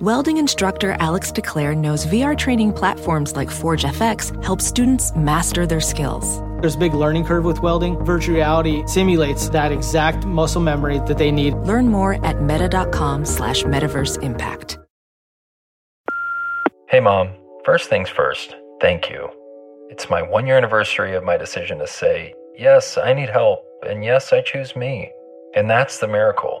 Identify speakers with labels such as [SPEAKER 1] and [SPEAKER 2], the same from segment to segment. [SPEAKER 1] welding instructor Alex DeClaire knows VR training platforms like Forge FX help students master their skills.
[SPEAKER 2] There's a big learning curve with welding. Virtual reality simulates that exact muscle memory that they need.
[SPEAKER 1] Learn more at meta.com slash metaverse impact.
[SPEAKER 3] Hey, Mom. First things first, thank you. It's my one year anniversary of my decision to say, yes, I need help, and yes, I choose me. And that's the miracle.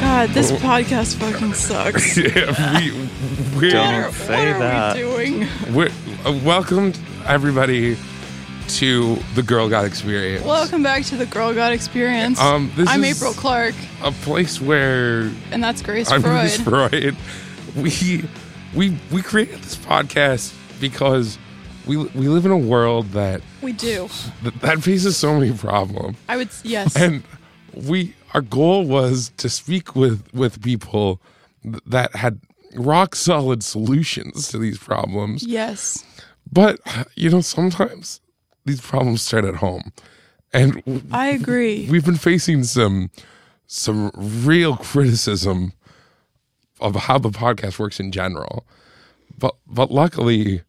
[SPEAKER 4] God, this podcast fucking sucks.
[SPEAKER 5] yeah, we, we're,
[SPEAKER 4] Don't say that. doing?
[SPEAKER 5] we're- uh, welcome, everybody, to the Girl God Experience.
[SPEAKER 4] Welcome back to the Girl God Experience.
[SPEAKER 5] Um, this
[SPEAKER 4] I'm
[SPEAKER 5] is-
[SPEAKER 4] April Clark,
[SPEAKER 5] A place where
[SPEAKER 4] and that's Grace
[SPEAKER 5] I'm
[SPEAKER 4] Freud.
[SPEAKER 5] Miss Freud. We we we created this podcast because we we live in a world that
[SPEAKER 4] we do.
[SPEAKER 5] that, that faces so many problems,
[SPEAKER 4] I would yes.
[SPEAKER 5] and we our goal was to speak with with people th- that had rock solid solutions to these problems.
[SPEAKER 4] yes.
[SPEAKER 5] But you know, sometimes these problems start at home, and w-
[SPEAKER 4] I agree.
[SPEAKER 5] we've been facing some some real criticism of how the podcast works in general. But but luckily,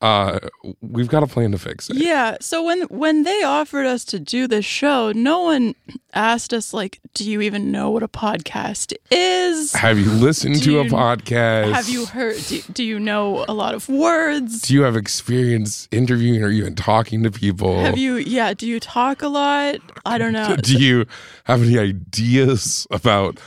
[SPEAKER 5] uh, we've got a plan to fix it.
[SPEAKER 4] yeah. So when when they offered us to do this show, no one asked us like, "Do you even know what a podcast is?
[SPEAKER 5] Have you listened
[SPEAKER 4] Do
[SPEAKER 5] to a
[SPEAKER 4] you-
[SPEAKER 5] podcast?
[SPEAKER 4] Have you heard? Do, do you know a lot of words?
[SPEAKER 5] Do you have experience interviewing or even talking to people?
[SPEAKER 4] have you? Yeah. Do you talk a lot? I don't know.
[SPEAKER 5] do you have any ideas about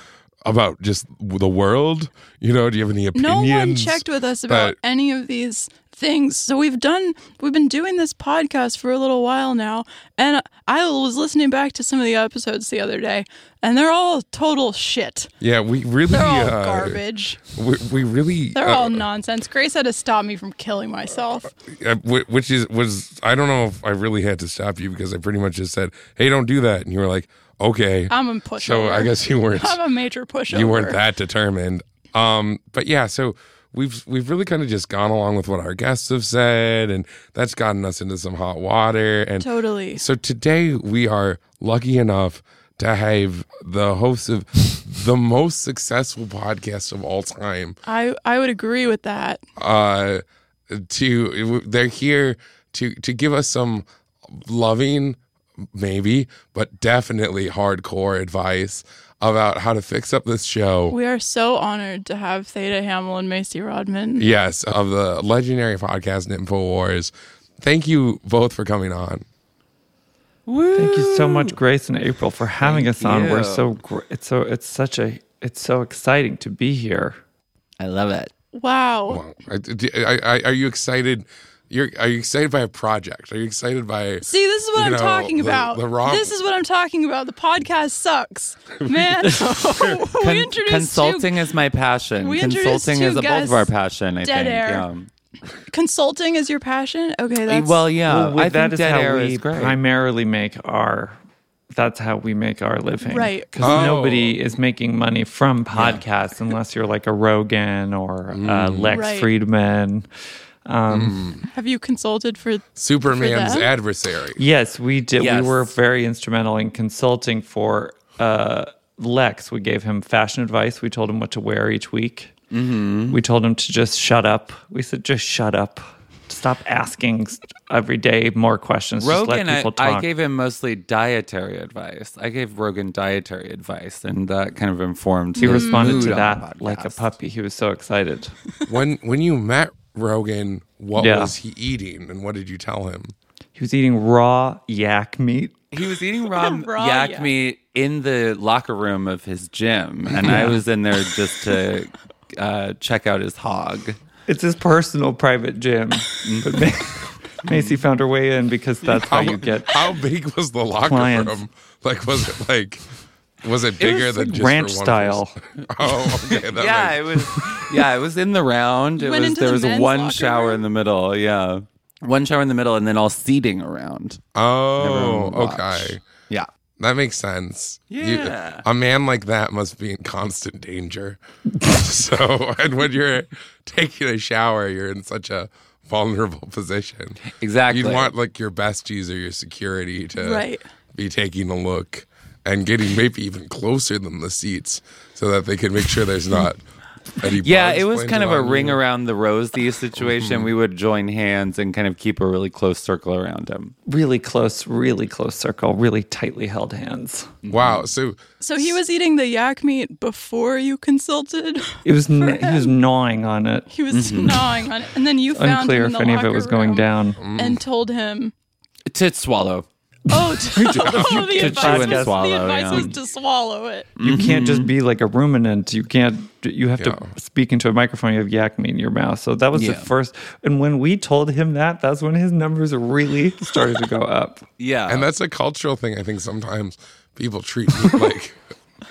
[SPEAKER 5] about just the world? You know, do you have any
[SPEAKER 4] no
[SPEAKER 5] opinions?
[SPEAKER 4] one checked with us about
[SPEAKER 5] that-
[SPEAKER 4] any of these things so we've done we've been doing this podcast for a little while now and i was listening back to some of the episodes the other day and they're all total shit
[SPEAKER 5] Yeah, we really
[SPEAKER 4] they're all
[SPEAKER 5] uh,
[SPEAKER 4] garbage
[SPEAKER 5] We, we really
[SPEAKER 4] they're
[SPEAKER 5] uh,
[SPEAKER 4] all nonsense grace had to stop me from killing myself
[SPEAKER 5] uh, wh- which is was I don't know if I really had to stop you because I pretty much just said, "Hey, don't do that," and you were like, "Okay."
[SPEAKER 4] i'm a pushover
[SPEAKER 5] so I guess you weren't
[SPEAKER 4] i'm a major pushover
[SPEAKER 5] you weren't that determined. Um, but yeah, so we've we've really kind of just gone along with what our guests have said, and that's gotten us into some hot water. And
[SPEAKER 4] totally
[SPEAKER 5] so today we are lucky enough to have the hosts of the most successful podcast of all time.
[SPEAKER 4] i i would agree with that
[SPEAKER 5] Uh, to they're here to to give us some loving, maybe, but definitely hardcore advice about how to fix up this show.
[SPEAKER 4] we are so honored to have theta hamill and macy rodman
[SPEAKER 5] Yes, of the legendary podcast Infowars. Thank you both for coming on.
[SPEAKER 6] Thank you so much, Grace and April, for having us on. We're
[SPEAKER 7] you.
[SPEAKER 6] so gr- it's so it's such a it's so exciting to be here.
[SPEAKER 7] I love it.
[SPEAKER 4] wow
[SPEAKER 5] Wow. I- I- I- are you excited? You're are you excited by a project? Are you excited by
[SPEAKER 4] See, this is what
[SPEAKER 5] you
[SPEAKER 4] I'm
[SPEAKER 5] know,
[SPEAKER 4] talking
[SPEAKER 5] the-
[SPEAKER 4] about.
[SPEAKER 5] the wrong-
[SPEAKER 4] This is what I'm talking about. The podcast sucks, man. we
[SPEAKER 7] Con-
[SPEAKER 4] introduced
[SPEAKER 7] consulting
[SPEAKER 4] You,
[SPEAKER 7] is my passion.
[SPEAKER 4] we introduced
[SPEAKER 7] Consulting
[SPEAKER 4] two
[SPEAKER 7] is a both
[SPEAKER 4] guests.
[SPEAKER 7] of our passion. I
[SPEAKER 4] Dead
[SPEAKER 7] think.
[SPEAKER 4] air. consulting is your passion. Okay,
[SPEAKER 7] Yeah.
[SPEAKER 4] that's
[SPEAKER 7] Uh, Well, yeah.
[SPEAKER 6] Well,
[SPEAKER 7] I think
[SPEAKER 6] that is
[SPEAKER 7] dead
[SPEAKER 6] how
[SPEAKER 7] air
[SPEAKER 6] we
[SPEAKER 7] is great.
[SPEAKER 6] primarily make our. That's how we make our living,
[SPEAKER 4] Right.
[SPEAKER 6] Because
[SPEAKER 5] Oh.
[SPEAKER 6] nobody is making money from podcasts unless you're like a Rogan or uh,
[SPEAKER 7] Mm.
[SPEAKER 6] Lex
[SPEAKER 4] Right.
[SPEAKER 6] Friedman. Um,
[SPEAKER 4] Have you consulted for?
[SPEAKER 5] Superman's
[SPEAKER 4] For them?
[SPEAKER 5] adversary?
[SPEAKER 6] Yes, we did.
[SPEAKER 7] Yes.
[SPEAKER 6] We were very instrumental in consulting for uh, Lex. We gave him fashion advice. We told him what to wear each week.
[SPEAKER 7] Mm-hmm.
[SPEAKER 6] We told him to just shut up. We said, just shut up. Stop asking s- every day more questions. just
[SPEAKER 7] Rogan,
[SPEAKER 6] let
[SPEAKER 7] I,
[SPEAKER 6] people talk.
[SPEAKER 7] I gave him mostly dietary advice. I gave Rogan dietary advice, and that kind of informed.
[SPEAKER 6] he
[SPEAKER 7] his
[SPEAKER 6] responded
[SPEAKER 7] mood
[SPEAKER 6] to
[SPEAKER 7] on
[SPEAKER 6] that
[SPEAKER 7] the
[SPEAKER 6] like a
[SPEAKER 7] podcast.
[SPEAKER 6] puppy. He was so excited.
[SPEAKER 5] when when you met Rogan, what
[SPEAKER 6] Yeah.
[SPEAKER 5] was he eating, and what did you tell him?
[SPEAKER 6] He was eating raw yak meat.
[SPEAKER 7] He was eating raw,
[SPEAKER 4] Raw
[SPEAKER 7] yak
[SPEAKER 4] yak.
[SPEAKER 7] meat in the locker room of his gym, and I was in there just to uh, check out his hog.
[SPEAKER 6] It's his personal private gym. but Ma- Macy found her way in because that's how you get
[SPEAKER 5] How big was the locker
[SPEAKER 6] Clients.
[SPEAKER 5] room? Like, was it like, was it bigger
[SPEAKER 6] was
[SPEAKER 5] than
[SPEAKER 6] like
[SPEAKER 5] just for
[SPEAKER 6] ranch
[SPEAKER 5] one
[SPEAKER 6] style.
[SPEAKER 5] person? oh, okay. That
[SPEAKER 7] yeah,
[SPEAKER 5] makes-
[SPEAKER 7] it was. Yeah, it was in the round. It
[SPEAKER 4] Went
[SPEAKER 7] was
[SPEAKER 4] into
[SPEAKER 7] there
[SPEAKER 4] the
[SPEAKER 7] was
[SPEAKER 4] men's
[SPEAKER 7] one
[SPEAKER 4] locker
[SPEAKER 7] shower
[SPEAKER 4] room?
[SPEAKER 7] in the middle. Yeah, One shower in the middle and then all seating around.
[SPEAKER 5] Oh,
[SPEAKER 7] Everyone would watch.
[SPEAKER 5] okay.
[SPEAKER 7] Yeah.
[SPEAKER 5] That makes sense. You-
[SPEAKER 7] Yeah.
[SPEAKER 5] a man like that must be in constant danger. so, and when you're taking a shower, you're in such a vulnerable position.
[SPEAKER 7] Exactly.
[SPEAKER 5] You'd want like your besties or your security to
[SPEAKER 4] Right.
[SPEAKER 5] be taking a look and getting maybe even closer than the seats so that they can make sure there's not any
[SPEAKER 7] Yeah,
[SPEAKER 5] bugs
[SPEAKER 7] it was
[SPEAKER 5] planted
[SPEAKER 7] kind of a
[SPEAKER 5] on you. Mm-hmm.
[SPEAKER 7] ring around the rosy situation. we would join hands and kind of keep a really close circle around him.
[SPEAKER 6] Really close, really close circle, really tightly held hands.
[SPEAKER 5] Wow. So,
[SPEAKER 4] So he was eating the yak meat before you consulted.
[SPEAKER 6] It was n- he was gnawing on it.
[SPEAKER 4] He was gnawing on it, and then you found him
[SPEAKER 6] Unclear
[SPEAKER 4] in
[SPEAKER 6] if
[SPEAKER 4] the
[SPEAKER 6] any of it
[SPEAKER 4] locker
[SPEAKER 6] was going
[SPEAKER 4] room
[SPEAKER 6] down.
[SPEAKER 5] Mm.
[SPEAKER 4] and told him.
[SPEAKER 7] To swallow.
[SPEAKER 4] Oh, to, oh, the,
[SPEAKER 7] to chew
[SPEAKER 4] advice
[SPEAKER 7] and
[SPEAKER 4] was,
[SPEAKER 7] swallow,
[SPEAKER 4] the advice
[SPEAKER 7] yeah.
[SPEAKER 4] was to swallow it.
[SPEAKER 5] Mm.
[SPEAKER 6] You
[SPEAKER 7] Mm-hmm.
[SPEAKER 6] can't just be like a ruminant. You can't. You have to speak into a microphone. You have yak meat in your mouth. So that was the
[SPEAKER 7] Yeah.
[SPEAKER 6] first. And when we told him that, that's when his numbers really started to go up.
[SPEAKER 7] Yeah.
[SPEAKER 5] and that's a cultural thing. I think sometimes people treat meat like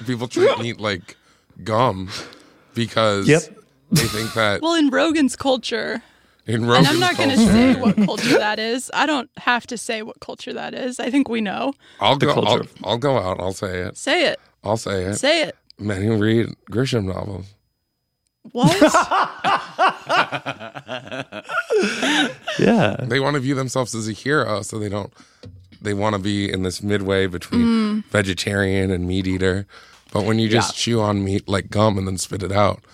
[SPEAKER 5] people treat meat like gum because
[SPEAKER 6] Yep.
[SPEAKER 5] they think that
[SPEAKER 4] Well, in Rogan's culture,
[SPEAKER 5] in
[SPEAKER 4] and
[SPEAKER 5] Rogan's
[SPEAKER 4] I'm not going to
[SPEAKER 5] culture-
[SPEAKER 4] say what culture that is. I don't have to say what culture that is. I think we know.
[SPEAKER 5] I'll go. I'll,
[SPEAKER 6] culture.
[SPEAKER 5] I'll go out. I'll say it.
[SPEAKER 4] Say it.
[SPEAKER 5] I'll say it.
[SPEAKER 4] Say it.
[SPEAKER 5] Men who read Grisham novels.
[SPEAKER 4] What?
[SPEAKER 6] Yeah.
[SPEAKER 5] They want to view themselves as a hero, so they don't. They want to be in this midway between
[SPEAKER 4] Mm.
[SPEAKER 5] vegetarian and meat eater. But when you just chew on meat like gum and then spit it out,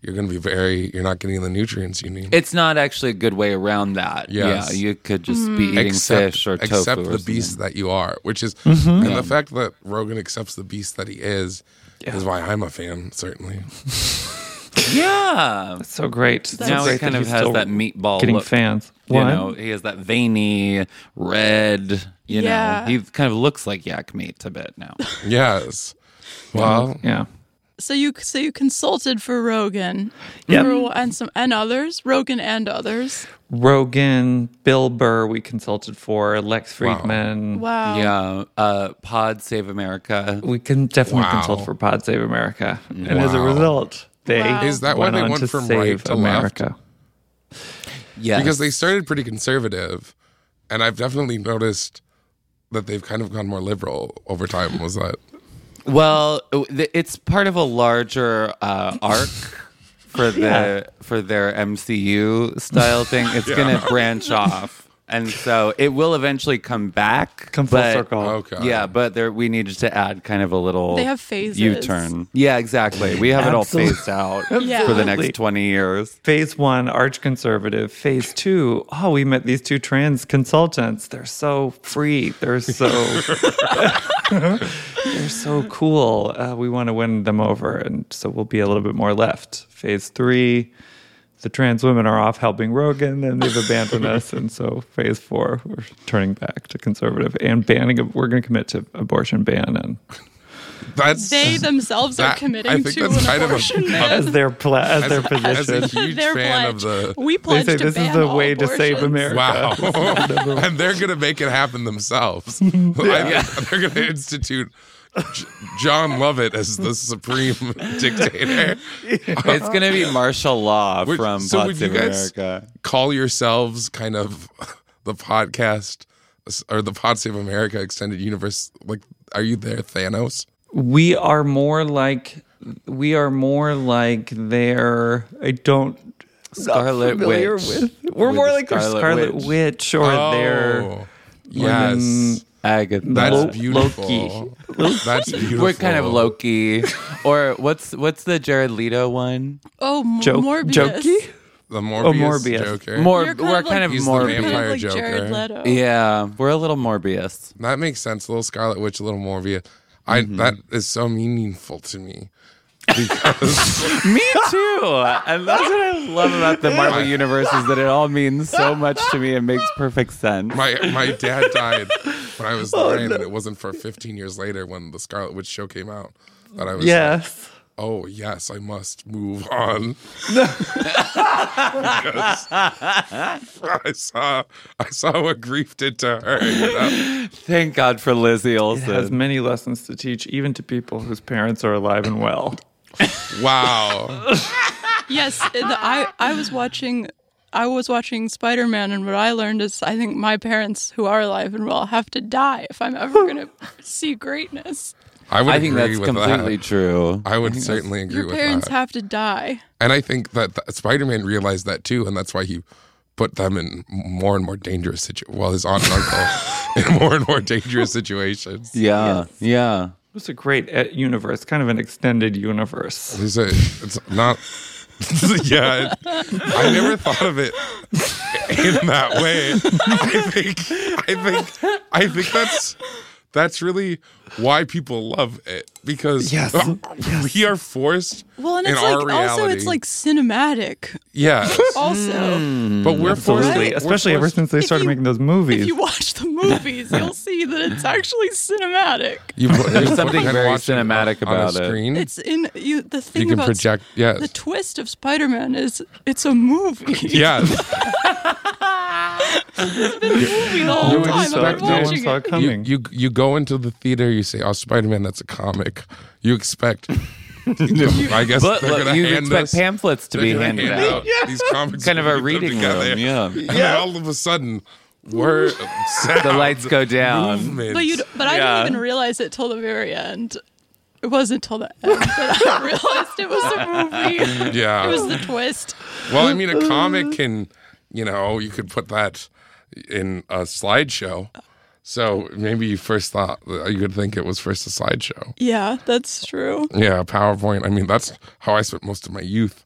[SPEAKER 5] you're going to be very. You're not getting the nutrients you need.
[SPEAKER 7] it's not actually a good way around that.
[SPEAKER 5] Yes.
[SPEAKER 7] Yeah. You could just
[SPEAKER 6] Mm-hmm.
[SPEAKER 7] be eating fish or
[SPEAKER 5] accept
[SPEAKER 7] tofu.
[SPEAKER 5] the
[SPEAKER 7] or something. Mm-hmm.
[SPEAKER 5] beast that you are, which is, and the fact that Rogan accepts the beast that he is, is why I'm a fan. Certainly,
[SPEAKER 7] Yeah.
[SPEAKER 6] So great. So
[SPEAKER 7] now
[SPEAKER 6] great
[SPEAKER 7] he kind
[SPEAKER 6] that
[SPEAKER 7] of
[SPEAKER 6] he's
[SPEAKER 7] has
[SPEAKER 6] still
[SPEAKER 7] that meatball
[SPEAKER 6] Getting
[SPEAKER 7] look.
[SPEAKER 6] fans.
[SPEAKER 7] You
[SPEAKER 6] What?
[SPEAKER 7] know, he has that veiny red. You
[SPEAKER 4] Yeah.
[SPEAKER 7] know, he kind of looks like yak meat a bit now.
[SPEAKER 5] yes. Well,
[SPEAKER 6] Yeah.
[SPEAKER 4] so you so you consulted for Rogan,
[SPEAKER 6] Yep.
[SPEAKER 4] for a wh- and some and others, Rogan and others.
[SPEAKER 6] Rogan, Bill Burr, we consulted for Lex Friedman.
[SPEAKER 4] Wow.
[SPEAKER 7] yeah, uh, Pod Save America.
[SPEAKER 6] We can definitely
[SPEAKER 5] Wow.
[SPEAKER 6] consult for Pod Save America, and as a
[SPEAKER 5] Wow.
[SPEAKER 6] result, they
[SPEAKER 4] Wow.
[SPEAKER 5] Is that why
[SPEAKER 6] went
[SPEAKER 5] they
[SPEAKER 6] on
[SPEAKER 5] went
[SPEAKER 6] to
[SPEAKER 5] from
[SPEAKER 6] save
[SPEAKER 5] right to left?
[SPEAKER 6] America.
[SPEAKER 7] Yeah,
[SPEAKER 5] because they started pretty conservative, and I've definitely noticed that they've kind of gone more liberal over time. Was that?
[SPEAKER 7] well, th- it's part of a larger uh, arc for the for their MCU style thing. It's gonna branch off, and so it will eventually come back.
[SPEAKER 6] Come full
[SPEAKER 7] but-
[SPEAKER 6] circle.
[SPEAKER 5] Okay.
[SPEAKER 7] Yeah, but there we needed to add kind of a little.
[SPEAKER 4] They have phases.
[SPEAKER 7] U-turn. Yeah, exactly. We have it all
[SPEAKER 6] Absolutely.
[SPEAKER 7] phased out
[SPEAKER 4] Yeah.
[SPEAKER 7] for the
[SPEAKER 6] Absolutely.
[SPEAKER 7] next twenty years.
[SPEAKER 6] Phase one, arch conservative. Phase two, oh, we met these two trans consultants. They're so free. They're so they're so cool. Uh, we want to win them over, and so we'll be a little bit more left. Phase three, the trans women are off helping Rogan, and they've abandoned us. And so phase four, we're turning back to conservative and banning. ab- We're going to commit to abortion ban and
[SPEAKER 5] That's
[SPEAKER 4] They themselves are
[SPEAKER 5] That- I
[SPEAKER 4] committing
[SPEAKER 5] think
[SPEAKER 4] to
[SPEAKER 5] that's
[SPEAKER 4] an
[SPEAKER 5] kind of a-
[SPEAKER 4] abortion ban.
[SPEAKER 6] as their pla- as their
[SPEAKER 5] as
[SPEAKER 6] position.
[SPEAKER 5] a huge
[SPEAKER 4] Their
[SPEAKER 5] fan
[SPEAKER 4] pledge.
[SPEAKER 5] of the.
[SPEAKER 4] we
[SPEAKER 6] They
[SPEAKER 4] pledge
[SPEAKER 6] say
[SPEAKER 4] to
[SPEAKER 6] this is
[SPEAKER 4] ban
[SPEAKER 6] the
[SPEAKER 4] all
[SPEAKER 6] way to save
[SPEAKER 4] abortions.
[SPEAKER 6] America.
[SPEAKER 5] Wow. and they're going to make it happen themselves. I think They're going to institute J- John Lovett as the supreme dictator.
[SPEAKER 7] It's gonna be martial law
[SPEAKER 5] Would-
[SPEAKER 7] from
[SPEAKER 5] so
[SPEAKER 7] Pod
[SPEAKER 5] would you
[SPEAKER 7] Save
[SPEAKER 5] guys-
[SPEAKER 7] America.
[SPEAKER 5] Call yourselves kind of the podcast or the Pod Save America extended universe. Like, are you there, Thanos?
[SPEAKER 6] we are more like we are more like their I don't
[SPEAKER 7] Scarlet
[SPEAKER 6] familiar
[SPEAKER 7] Witch.
[SPEAKER 6] with. We're
[SPEAKER 7] With
[SPEAKER 6] more
[SPEAKER 7] the
[SPEAKER 6] like their
[SPEAKER 7] Scarlet
[SPEAKER 6] Scarlet Witch,
[SPEAKER 7] Witch.
[SPEAKER 6] or their
[SPEAKER 5] Oh, yes.
[SPEAKER 7] Agatha.
[SPEAKER 5] That's
[SPEAKER 6] Lo-
[SPEAKER 5] beautiful. That's beautiful.
[SPEAKER 7] We're kind of Loki, or what's what's the Jared Leto one?
[SPEAKER 4] Oh, M-
[SPEAKER 6] jo-
[SPEAKER 4] Morbius.
[SPEAKER 6] jokey.
[SPEAKER 5] The Morbius,
[SPEAKER 6] Morbius.
[SPEAKER 5] Joker.
[SPEAKER 7] More,
[SPEAKER 4] You're kind
[SPEAKER 7] we're
[SPEAKER 4] of
[SPEAKER 7] kind
[SPEAKER 4] like-
[SPEAKER 7] of
[SPEAKER 5] He's the
[SPEAKER 7] more.
[SPEAKER 4] Kind of
[SPEAKER 5] Vampire
[SPEAKER 4] like Jared
[SPEAKER 5] Joker.
[SPEAKER 4] Leto.
[SPEAKER 7] Yeah, we're a little Morbius.
[SPEAKER 5] That makes sense. A little Scarlet Witch, a little Morbius. I
[SPEAKER 4] Mm-hmm.
[SPEAKER 5] that is so meaningful to me because
[SPEAKER 7] Me too, and that's what I love about the Marvel universe is that it all means so much to me and makes perfect sense.
[SPEAKER 5] my my dad died when I was
[SPEAKER 4] Oh,
[SPEAKER 5] nine, and it wasn't for 15 years later when the Scarlet Witch show came out that I was like,
[SPEAKER 6] Yes.
[SPEAKER 5] oh yes, I must move on. Because I saw I saw what grief did to her. you know?
[SPEAKER 7] Thank God for Lizzie
[SPEAKER 6] It has
[SPEAKER 7] Olsen.
[SPEAKER 6] many lessons to teach, even to people whose parents are alive and well.
[SPEAKER 5] Wow.
[SPEAKER 4] uh, Yes, the, I I was watching I was watching Spider Man, and what I learned is I think my parents, who are alive and well, have to die if I'm ever going to see greatness.
[SPEAKER 5] I would
[SPEAKER 7] I think
[SPEAKER 5] agree
[SPEAKER 7] that's
[SPEAKER 5] with
[SPEAKER 7] completely
[SPEAKER 5] that.
[SPEAKER 7] true.
[SPEAKER 5] I would certainly agree
[SPEAKER 4] Your
[SPEAKER 5] with
[SPEAKER 4] parents
[SPEAKER 5] that.
[SPEAKER 4] have to die.
[SPEAKER 5] and I think that, that Spider Man realized that too, and that's why he put them in more and more dangerous situations. Well, his aunt and uncle in more and more dangerous situations.
[SPEAKER 7] Yeah, yeah.
[SPEAKER 6] It's a great uh, universe, kind of an extended universe.
[SPEAKER 5] There's a, it's not. yeah, it- I never thought of it in that way. I think, I think, I think that's that's really why people love it because
[SPEAKER 6] Yes.
[SPEAKER 5] we are forced.
[SPEAKER 4] Well, and
[SPEAKER 5] in
[SPEAKER 4] it's
[SPEAKER 5] our
[SPEAKER 4] like
[SPEAKER 5] reality,
[SPEAKER 4] also it's like cinematic.
[SPEAKER 5] yeah,
[SPEAKER 4] Also,
[SPEAKER 5] but we're forced,
[SPEAKER 6] Mm. Absolutely,
[SPEAKER 5] we're
[SPEAKER 6] especially ever
[SPEAKER 5] forced-
[SPEAKER 6] since they started
[SPEAKER 4] you-
[SPEAKER 6] making those
[SPEAKER 4] if
[SPEAKER 6] movies.
[SPEAKER 4] you watch the movies, you'll see that it's actually cinematic.
[SPEAKER 5] You,
[SPEAKER 7] There's something very
[SPEAKER 5] watching
[SPEAKER 7] cinematic
[SPEAKER 5] on a
[SPEAKER 7] about it.
[SPEAKER 5] Screen,
[SPEAKER 4] It's in you. The thing
[SPEAKER 5] you can
[SPEAKER 4] about s-
[SPEAKER 5] project. Yes.
[SPEAKER 4] the twist of Spider Man is it's a movie.
[SPEAKER 5] yes.
[SPEAKER 4] movie the whole
[SPEAKER 5] would
[SPEAKER 4] time. I've
[SPEAKER 5] expect
[SPEAKER 4] been
[SPEAKER 5] no one
[SPEAKER 4] watching
[SPEAKER 6] saw
[SPEAKER 4] it.
[SPEAKER 6] it coming.
[SPEAKER 5] You, you you go into the theater. You say, "Oh, Spider Man, that's a comic." You expect. I guess
[SPEAKER 7] But
[SPEAKER 5] they're
[SPEAKER 7] look,
[SPEAKER 5] gonna
[SPEAKER 7] you
[SPEAKER 5] hand
[SPEAKER 7] expect
[SPEAKER 5] us-
[SPEAKER 7] pamphlets to
[SPEAKER 5] they're
[SPEAKER 7] be
[SPEAKER 5] gonna
[SPEAKER 7] handed
[SPEAKER 5] hand
[SPEAKER 7] out.
[SPEAKER 5] These comics
[SPEAKER 7] Kind of
[SPEAKER 5] we
[SPEAKER 7] a
[SPEAKER 5] put them
[SPEAKER 7] reading room. Yeah.
[SPEAKER 5] And then all of a sudden, we're
[SPEAKER 7] The lights go down.
[SPEAKER 5] movements.
[SPEAKER 4] But you, d- but I
[SPEAKER 7] Yeah.
[SPEAKER 4] didn't even realize it till the very end. It wasn't till the end that I realized it was a movie.
[SPEAKER 5] yeah.
[SPEAKER 4] It was the twist.
[SPEAKER 5] Well, I mean, a comic can, you know, you could put that in a slideshow. So maybe you first thought uh, you could think it was first a slideshow.
[SPEAKER 4] Yeah, that's true.
[SPEAKER 5] Yeah, PowerPoint. I mean, that's how I spent most of my youth.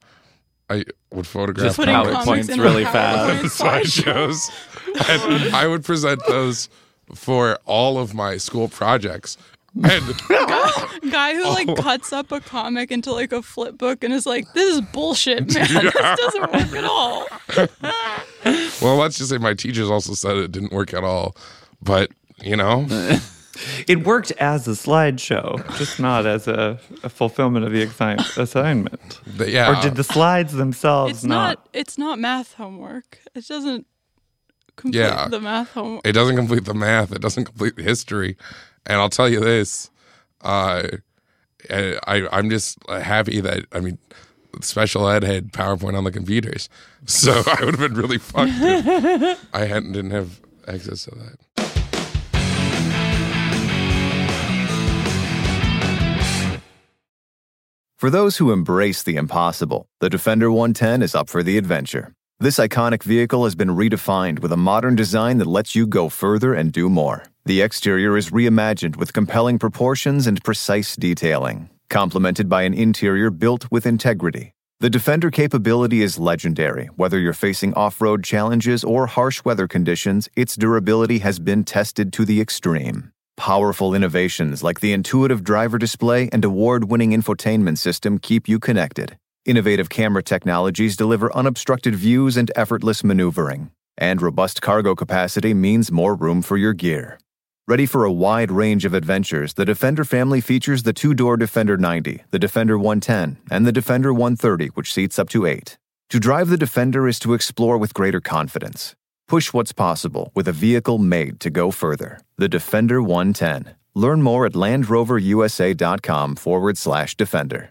[SPEAKER 5] I would photograph
[SPEAKER 7] Just
[SPEAKER 4] Putting
[SPEAKER 5] comics
[SPEAKER 7] PowerPoints
[SPEAKER 4] comics in a
[SPEAKER 7] really
[SPEAKER 4] PowerPoint slideshow.
[SPEAKER 5] slideshows. and I would present those for all of my school projects. And
[SPEAKER 4] Guy who like cuts up a comic into like a flip book and is like, "This is bullshit, man. This doesn't work at all."
[SPEAKER 5] well, let's just say my teachers also said it didn't work at all. But you know,
[SPEAKER 6] It worked as a slideshow, just not as a, a fulfillment of the assign- assignment.
[SPEAKER 5] the- yeah.
[SPEAKER 6] Or did the slides
[SPEAKER 4] Ah.
[SPEAKER 6] themselves
[SPEAKER 4] It's not. It's not math homework. It doesn't complete
[SPEAKER 5] Yeah.
[SPEAKER 4] the math homework.
[SPEAKER 5] It doesn't complete the math. It doesn't complete the history. And I'll tell you this, uh, I, I- I'm just happy that I mean, special ed had PowerPoint on the computers, so I would have been really fucked. If I hadn't didn't have access to that.
[SPEAKER 8] For those who embrace the impossible, the Defender 110 is up for the adventure. This iconic vehicle has been redefined with a modern design that lets you go further and do more. The exterior is reimagined with compelling proportions and precise detailing, complemented by an interior built with integrity. The Defender capability is legendary. Whether you're facing off road challenges or harsh weather conditions, its durability has been tested to the extreme. Powerful innovations like the intuitive driver display and award winning infotainment system keep you connected. Innovative camera technologies deliver unobstructed views and effortless maneuvering. And robust cargo capacity means more room for your gear. Ready for a wide range of adventures, the Defender family features the two door Defender 90, the Defender 110, and the Defender 130, which seats up to eight. To drive the Defender is to explore with greater confidence. Push what's possible with a vehicle made to go further. The Defender 110. Learn more at LandRoverUSA.com forward slash Defender.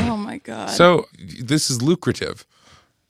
[SPEAKER 4] Oh my god.
[SPEAKER 5] So this is lucrative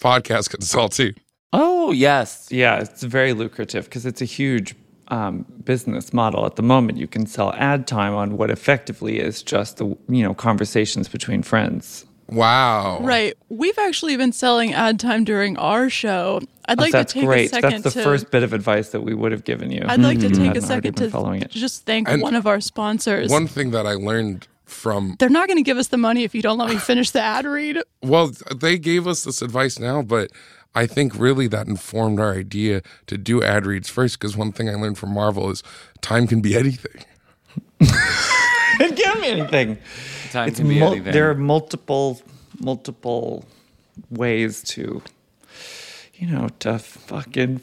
[SPEAKER 5] podcast consulting.
[SPEAKER 7] Oh yes.
[SPEAKER 6] Yeah, it's very lucrative because it's a huge um, business model at the moment. You can sell ad time on what effectively is just the you know conversations between friends.
[SPEAKER 5] Wow.
[SPEAKER 4] Right. We've actually been selling ad time during our show. I'd like
[SPEAKER 6] Oh, That's
[SPEAKER 4] to take a
[SPEAKER 6] great.
[SPEAKER 4] second
[SPEAKER 6] That's
[SPEAKER 4] to
[SPEAKER 6] the first bit of advice that we would have given you.
[SPEAKER 4] I'd like to take a
[SPEAKER 6] hadn't already
[SPEAKER 4] second
[SPEAKER 6] been
[SPEAKER 4] to
[SPEAKER 6] following it.
[SPEAKER 4] just thank
[SPEAKER 5] And
[SPEAKER 4] one of our sponsors.
[SPEAKER 5] One thing that I learned from
[SPEAKER 4] They're not going to give us the money if you don't let me finish the ad read.
[SPEAKER 5] Well, they gave us this advice now, but I think really that informed our idea to do ad reads first. Because one thing I learned from Marvel is time can be anything.
[SPEAKER 6] it can be anything.
[SPEAKER 7] Time
[SPEAKER 6] It's
[SPEAKER 7] can be
[SPEAKER 6] mul-
[SPEAKER 7] anything.
[SPEAKER 6] There are multiple, multiple ways to, you know, to fucking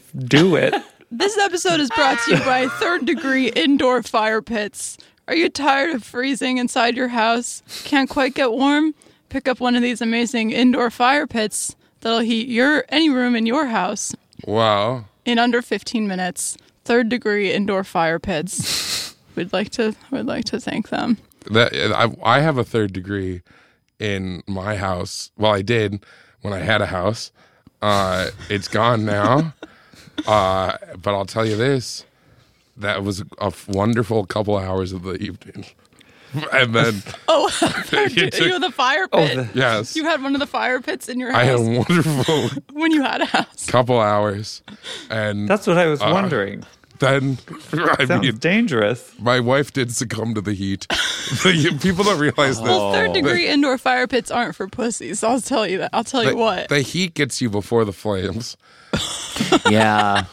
[SPEAKER 6] do it.
[SPEAKER 4] This episode is brought to you by third degree indoor fire pits. Are you tired of freezing inside your house? Can't quite get warm? Pick up one of these amazing indoor fire pits that'll heat your any room in your house
[SPEAKER 5] Wow.
[SPEAKER 4] in under 15 minutes. Third degree indoor fire pits. we'd like to we'd like to thank them.
[SPEAKER 5] That I I have a third degree in my house. Well, I did when I had a house. Uh, it's gone now. uh, but I'll tell you this: that was a wonderful couple hours of the evening, and then
[SPEAKER 4] Oh,
[SPEAKER 5] You
[SPEAKER 4] you
[SPEAKER 5] took-
[SPEAKER 4] the fire
[SPEAKER 6] Oh,
[SPEAKER 4] pit.
[SPEAKER 5] yes,
[SPEAKER 4] you had one of the fire pits in your
[SPEAKER 5] I had
[SPEAKER 4] house
[SPEAKER 5] a wonderful
[SPEAKER 4] when you had a house.
[SPEAKER 5] couple hours, and
[SPEAKER 6] That's what I was
[SPEAKER 5] Uh,
[SPEAKER 6] wondering.
[SPEAKER 5] then I
[SPEAKER 6] Sounds
[SPEAKER 5] mean,
[SPEAKER 6] dangerous.
[SPEAKER 5] my wife did succumb to the heat. People don't realize that.
[SPEAKER 4] Well, third degree indoor fire pits aren't for pussies. I'll tell you that. I'll tell
[SPEAKER 5] the,
[SPEAKER 4] you what.
[SPEAKER 5] the heat gets you before the flames.
[SPEAKER 7] yeah.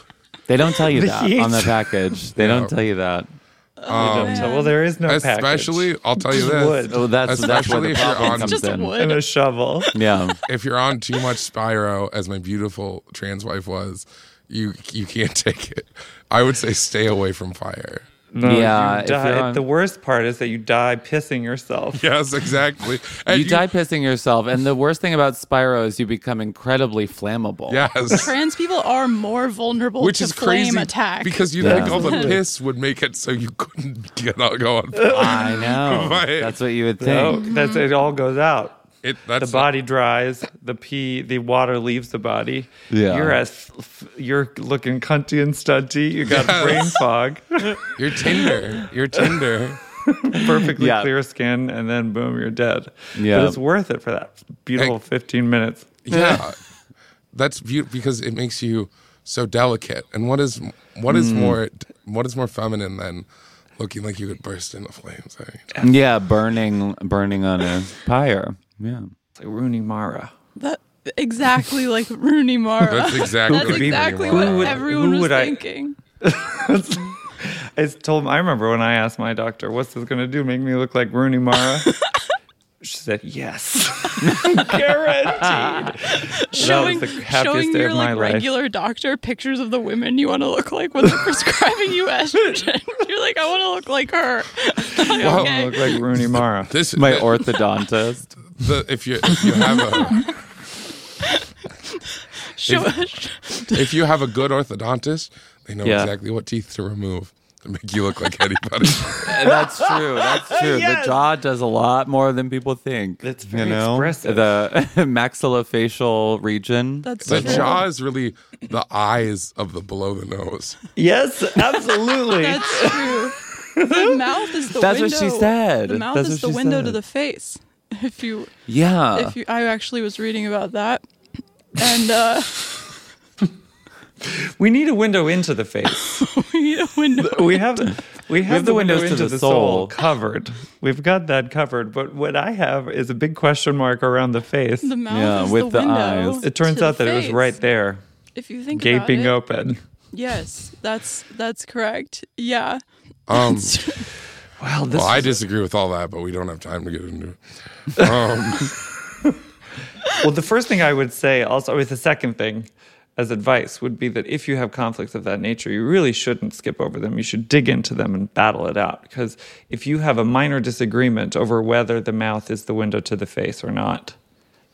[SPEAKER 7] They don't tell you
[SPEAKER 6] The
[SPEAKER 7] that
[SPEAKER 6] heat.
[SPEAKER 7] on the package. They don't tell you that.
[SPEAKER 6] Um, so, well, there is no package.
[SPEAKER 5] Especially, I'll tell you
[SPEAKER 6] Just
[SPEAKER 5] this.
[SPEAKER 6] wood.
[SPEAKER 7] Oh, that's that's where
[SPEAKER 5] Especially
[SPEAKER 7] the
[SPEAKER 5] if you're
[SPEAKER 7] problem
[SPEAKER 5] on-
[SPEAKER 7] comes
[SPEAKER 4] just
[SPEAKER 7] in.
[SPEAKER 4] wood.
[SPEAKER 6] and a shovel.
[SPEAKER 7] Yeah.
[SPEAKER 5] If you're on too much Spyro, as my beautiful trans wife was, you you can't take it. I would say stay away from fire.
[SPEAKER 6] No,
[SPEAKER 7] Yeah,
[SPEAKER 6] you
[SPEAKER 7] Uh, if you're
[SPEAKER 6] die-
[SPEAKER 7] on-
[SPEAKER 6] the worst part is that you die pissing yourself.
[SPEAKER 5] Yes, exactly. And
[SPEAKER 7] You, die pissing yourself, and the worst thing about Spyro is you become incredibly flammable.
[SPEAKER 5] Yes.
[SPEAKER 4] Trans people are more vulnerable
[SPEAKER 5] Which
[SPEAKER 4] to
[SPEAKER 5] is
[SPEAKER 4] flame
[SPEAKER 5] crazy
[SPEAKER 4] attack.
[SPEAKER 5] because you
[SPEAKER 7] Yeah.
[SPEAKER 5] think all the
[SPEAKER 6] Absolutely.
[SPEAKER 5] piss would make it so you couldn't get out go on. fire.
[SPEAKER 7] I know.
[SPEAKER 5] Right.
[SPEAKER 7] That's what you would
[SPEAKER 6] No,
[SPEAKER 7] think.
[SPEAKER 6] that's it. All goes out.
[SPEAKER 5] It,
[SPEAKER 6] The
[SPEAKER 5] that's
[SPEAKER 6] body dries. The pee, the water leaves the body.
[SPEAKER 7] Yeah.
[SPEAKER 6] you're as you're looking cunty and stunty. You got
[SPEAKER 5] Yes.
[SPEAKER 6] brain fog,
[SPEAKER 5] You're Tinder. You're Tinder.
[SPEAKER 6] perfectly
[SPEAKER 7] Yeah.
[SPEAKER 6] clear skin, and then boom, you're dead.
[SPEAKER 7] Yeah.
[SPEAKER 6] but it's worth it for that beautiful
[SPEAKER 5] Hey.
[SPEAKER 6] 15 minutes.
[SPEAKER 5] Yeah, that's beautiful because it makes you so delicate. And what is what
[SPEAKER 7] Mm.
[SPEAKER 5] is more what is more feminine than looking like you could burst into flames? I mean,
[SPEAKER 7] Yeah, burning, burning on a pyre. Yeah.
[SPEAKER 6] It's like Rooney Mara.
[SPEAKER 4] that, exactly like Rooney Mara.
[SPEAKER 5] that's exactly
[SPEAKER 4] That's
[SPEAKER 5] what you
[SPEAKER 4] exactly
[SPEAKER 5] want.
[SPEAKER 4] what
[SPEAKER 6] Who would-
[SPEAKER 4] everyone
[SPEAKER 6] who
[SPEAKER 4] was
[SPEAKER 6] would I-
[SPEAKER 4] thinking.
[SPEAKER 6] It's told. I remember when I asked my doctor, "What's this going to do? Make me look like Rooney Mara?" she said, "Yes, guaranteed."
[SPEAKER 4] Showing,
[SPEAKER 6] the happiest
[SPEAKER 4] showing
[SPEAKER 6] day
[SPEAKER 4] your
[SPEAKER 6] of my
[SPEAKER 4] like
[SPEAKER 6] life.
[SPEAKER 4] regular doctor pictures of the women you want to look like when they're prescribing you estrogen. You're like, I want to look like her. Like,
[SPEAKER 7] Oh.
[SPEAKER 5] Wow.
[SPEAKER 4] okay.
[SPEAKER 6] look like Rooney Mara.
[SPEAKER 5] This
[SPEAKER 7] My
[SPEAKER 5] the-
[SPEAKER 7] orthodontist.
[SPEAKER 5] the, if you if you have a
[SPEAKER 4] Show,
[SPEAKER 5] if you have a good orthodontist, they know
[SPEAKER 7] Yeah.
[SPEAKER 5] exactly what teeth to remove to make you look like anybody.
[SPEAKER 7] That's true. That's true. The jaw does a lot more than people think.
[SPEAKER 6] That's very expressive.
[SPEAKER 7] The maxillofacial region.
[SPEAKER 4] that's
[SPEAKER 5] the
[SPEAKER 4] true.
[SPEAKER 5] jaw is really the eyes of the below the nose.
[SPEAKER 6] yes, absolutely.
[SPEAKER 4] That's true. The mouth is the
[SPEAKER 7] That's what
[SPEAKER 4] window.
[SPEAKER 7] she said.
[SPEAKER 4] The mouth
[SPEAKER 7] That's
[SPEAKER 4] is
[SPEAKER 7] what
[SPEAKER 4] the
[SPEAKER 7] she
[SPEAKER 4] window to
[SPEAKER 7] said. Uh.
[SPEAKER 4] the face. If you
[SPEAKER 7] yeah.
[SPEAKER 4] if you, I actually was reading about that, and uh,
[SPEAKER 6] we need a window into the face.
[SPEAKER 4] we need a window.
[SPEAKER 6] We have we have,
[SPEAKER 7] have
[SPEAKER 6] the,
[SPEAKER 7] the windows
[SPEAKER 6] window
[SPEAKER 7] to
[SPEAKER 6] into
[SPEAKER 7] the
[SPEAKER 6] the soul.
[SPEAKER 7] soul.
[SPEAKER 6] covered. We've got that covered. But what I have is a big question mark around the face.
[SPEAKER 4] The mouth
[SPEAKER 7] Yeah,
[SPEAKER 4] is
[SPEAKER 7] with
[SPEAKER 4] the
[SPEAKER 7] the
[SPEAKER 4] window.
[SPEAKER 7] eyes.
[SPEAKER 6] it turns
[SPEAKER 4] to
[SPEAKER 6] out
[SPEAKER 4] the
[SPEAKER 6] that it was
[SPEAKER 4] face.
[SPEAKER 6] right there,
[SPEAKER 4] If you think
[SPEAKER 6] gaping
[SPEAKER 4] about it,
[SPEAKER 6] open.
[SPEAKER 4] Yes, that's that's correct. Yeah,
[SPEAKER 5] Um,
[SPEAKER 6] Wow, this
[SPEAKER 5] well,
[SPEAKER 6] well,
[SPEAKER 5] I disagree with all that, but we don't have time to get into it. Um,
[SPEAKER 6] well, the first thing I would say, also with the second thing as advice, would be that if you have conflicts of that nature, you really shouldn't skip over them. You should dig into them and battle it out. Because if you have a minor disagreement over whether the mouth is the window to the face or not,